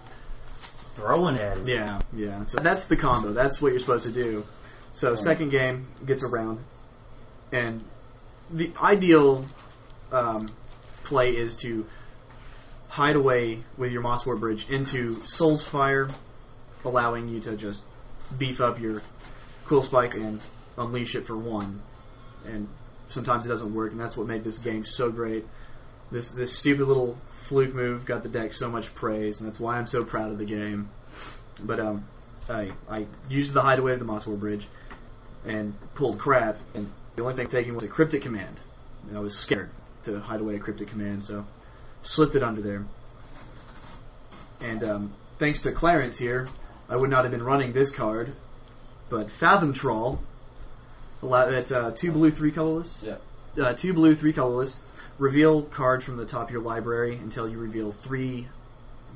Speaker 8: Throwing at him.
Speaker 6: yeah, yeah. So that's the combo. That's what you're supposed to do. So, second game gets around. And the ideal um, play is to hide away with your Moss War Bridge into Soul's Fire, allowing you to just beef up your Quill Spike and unleash it for one. And sometimes it doesn't work, and that's what made this game so great. This this stupid little fluke move got the deck so much praise, and that's why I'm so proud of the game. But um, I I used the hideaway of the Moss War Bridge, and pulled crap, and the only thing taking was a cryptic command, and I was scared to hide away a cryptic command, so slipped it under there. And um, thanks to Clarence here, I would not have been running this card, but Fathom Trawl, allow, at uh, two blue, three colorless.
Speaker 5: Yeah.
Speaker 6: Uh, two blue, three colorless. Reveal cards from the top of your library until you reveal three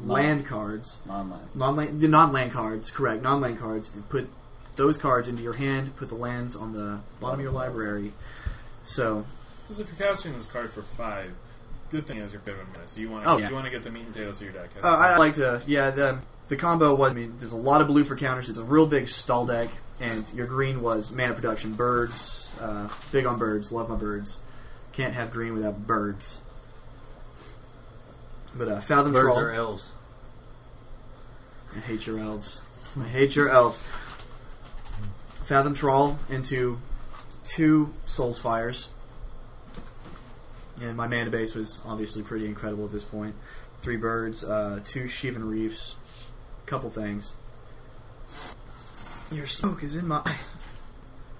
Speaker 6: land cards,
Speaker 5: Online.
Speaker 6: non-land, the non-land cards, correct, non-land cards, and put those cards into your hand. Put the lands on the bottom of your library. So
Speaker 3: Because if you're casting this card for five, good thing is you're good with So you want to
Speaker 6: Oh, yeah.
Speaker 3: you want to get the meat and potatoes of your deck.
Speaker 6: uh, I, I like to, yeah. The the combo was. I mean, there's a lot of blue for counters. It's a real big stall deck, and your green was mana production, birds. Uh, big on birds. Love my birds. Can't have green without birds. But uh, Fathom
Speaker 2: Birds
Speaker 6: Troll.
Speaker 2: are elves.
Speaker 6: I hate your elves. I hate your elves. Fathom Troll into two Souls Fires. And my mana base was obviously pretty incredible at this point. Three birds, uh, two Shivan Reefs, couple things. Your smoke is in my.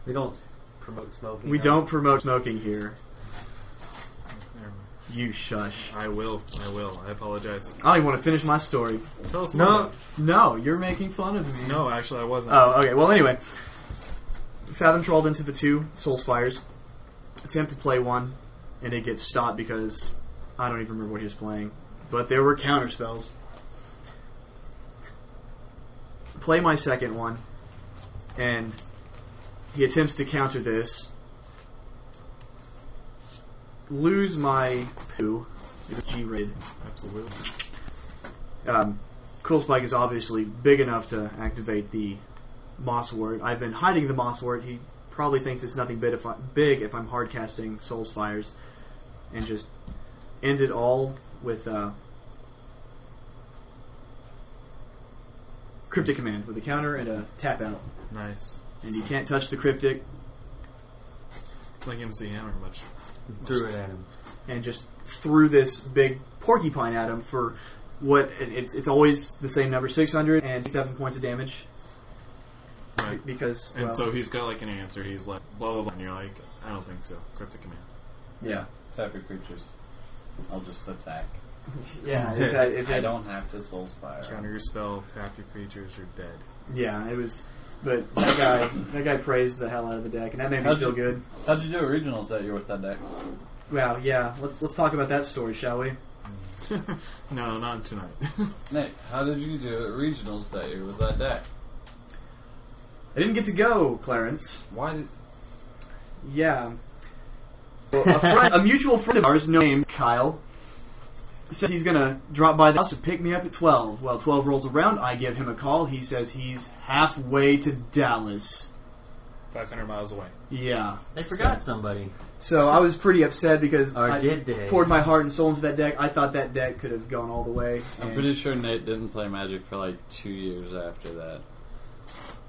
Speaker 2: We don't promote smoking.
Speaker 6: We
Speaker 2: no.
Speaker 6: don't promote smoking here. You shush.
Speaker 3: I will. I will. I apologize.
Speaker 6: I don't even want to finish my story.
Speaker 3: Tell us more.
Speaker 6: No,
Speaker 3: about
Speaker 6: no, you're making fun of me.
Speaker 3: it. No, actually, I wasn't.
Speaker 6: Oh, okay. Well, anyway, Fathom trolled into the two Souls Fires. Attempt to play one, and it gets stopped because I don't even remember what he was playing. But there were counter spells. Play my second one, and he attempts to counter this. Lose my poo. It's G rated.
Speaker 3: Absolutely.
Speaker 6: Um, cool Spike is obviously big enough to activate the Moss Ward. I've been hiding the Moss Ward. He probably thinks it's nothing big if, I, big if I'm hard casting Soul's Fires. And just end it all with uh, Cryptic Command with a counter and a tap out.
Speaker 3: Nice.
Speaker 6: And you can't touch the Cryptic
Speaker 3: It's like MC Hammer much.
Speaker 2: Threw it at him.
Speaker 6: and just threw this big porcupine at him for what and it's, it's always the same number 600 and 7 points of damage
Speaker 3: Right.
Speaker 6: because
Speaker 3: And
Speaker 6: well,
Speaker 3: so he's got like an answer. He's like blah blah blah. And you're like, I don't think so. Cryptic command.
Speaker 5: Yeah. Type of creatures. I'll just attack.
Speaker 6: Yeah, if that, if
Speaker 5: I
Speaker 6: that,
Speaker 5: don't have to soul
Speaker 3: Counter
Speaker 5: fire.
Speaker 3: your spell. Tap your creatures. You're dead.
Speaker 6: yeah, it was. But that guy, that guy praised the hell out of the deck, and that made me
Speaker 5: How'd
Speaker 6: feel
Speaker 5: you-
Speaker 6: good.
Speaker 5: How'd you do originals that year with that deck?
Speaker 6: Wow, yeah. Let's let's talk about that story, shall we?
Speaker 3: No, not tonight.
Speaker 5: Nick, how did you do at regionals that year with that deck?
Speaker 6: I didn't get to go, Clarence.
Speaker 5: Why did
Speaker 6: Yeah. Well, a, friend, a mutual friend of ours named Kyle says he's gonna drop by the house to pick me up at twelve. Well, twelve rolls around. I give him a call. He says he's halfway to Dallas.
Speaker 3: Five hundred miles away.
Speaker 6: Yeah.
Speaker 2: They forgot somebody.
Speaker 6: So I was pretty upset because
Speaker 2: Or
Speaker 6: I
Speaker 2: did they?
Speaker 6: poured my heart and soul into that deck. I thought that deck could have gone all the way.
Speaker 5: I'm
Speaker 6: and-
Speaker 5: pretty sure Nate didn't play Magic for like two years after that.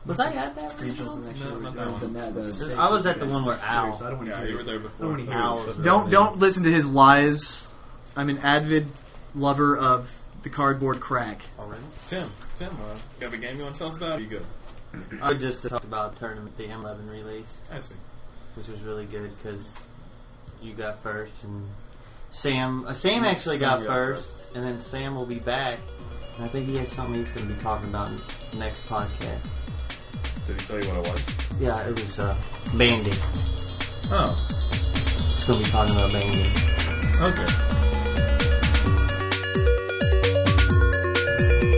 Speaker 2: Was I at that
Speaker 6: Regionals
Speaker 2: regional?
Speaker 3: No, not
Speaker 6: and that shit was-
Speaker 3: that
Speaker 6: or
Speaker 3: one.
Speaker 6: the net- the states
Speaker 2: I was
Speaker 6: that
Speaker 2: at the
Speaker 6: you
Speaker 2: one
Speaker 6: guys
Speaker 2: where
Speaker 6: took serious.
Speaker 2: Owl-
Speaker 6: I don't want to
Speaker 3: Yeah,
Speaker 6: hear
Speaker 3: you were
Speaker 6: it.
Speaker 3: there before.
Speaker 6: many
Speaker 2: hours?
Speaker 6: Don't don't listen to his lies. I'm an avid lover of the cardboard crack.
Speaker 2: Already?
Speaker 3: Tim, Tim, uh, you have a game you want to tell us about? You good?
Speaker 2: I would just talked about tournament, the M11 release,
Speaker 3: I see.
Speaker 2: which was really good because you got first and Sam. Uh, Sam actually got first, and then Sam will be back. And I think he has something he's going to be talking about in the next podcast.
Speaker 3: Did he tell you what it was?
Speaker 2: Yeah, it was uh, Bandit.
Speaker 3: Oh,
Speaker 2: He's going to be talking about Bandit.
Speaker 3: okay.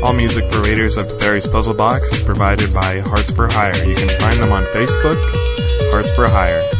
Speaker 3: All music for Raiders of Fairies Puzzle Box is provided by Hearts for Hire. You can find them on Facebook, Hearts for Hire.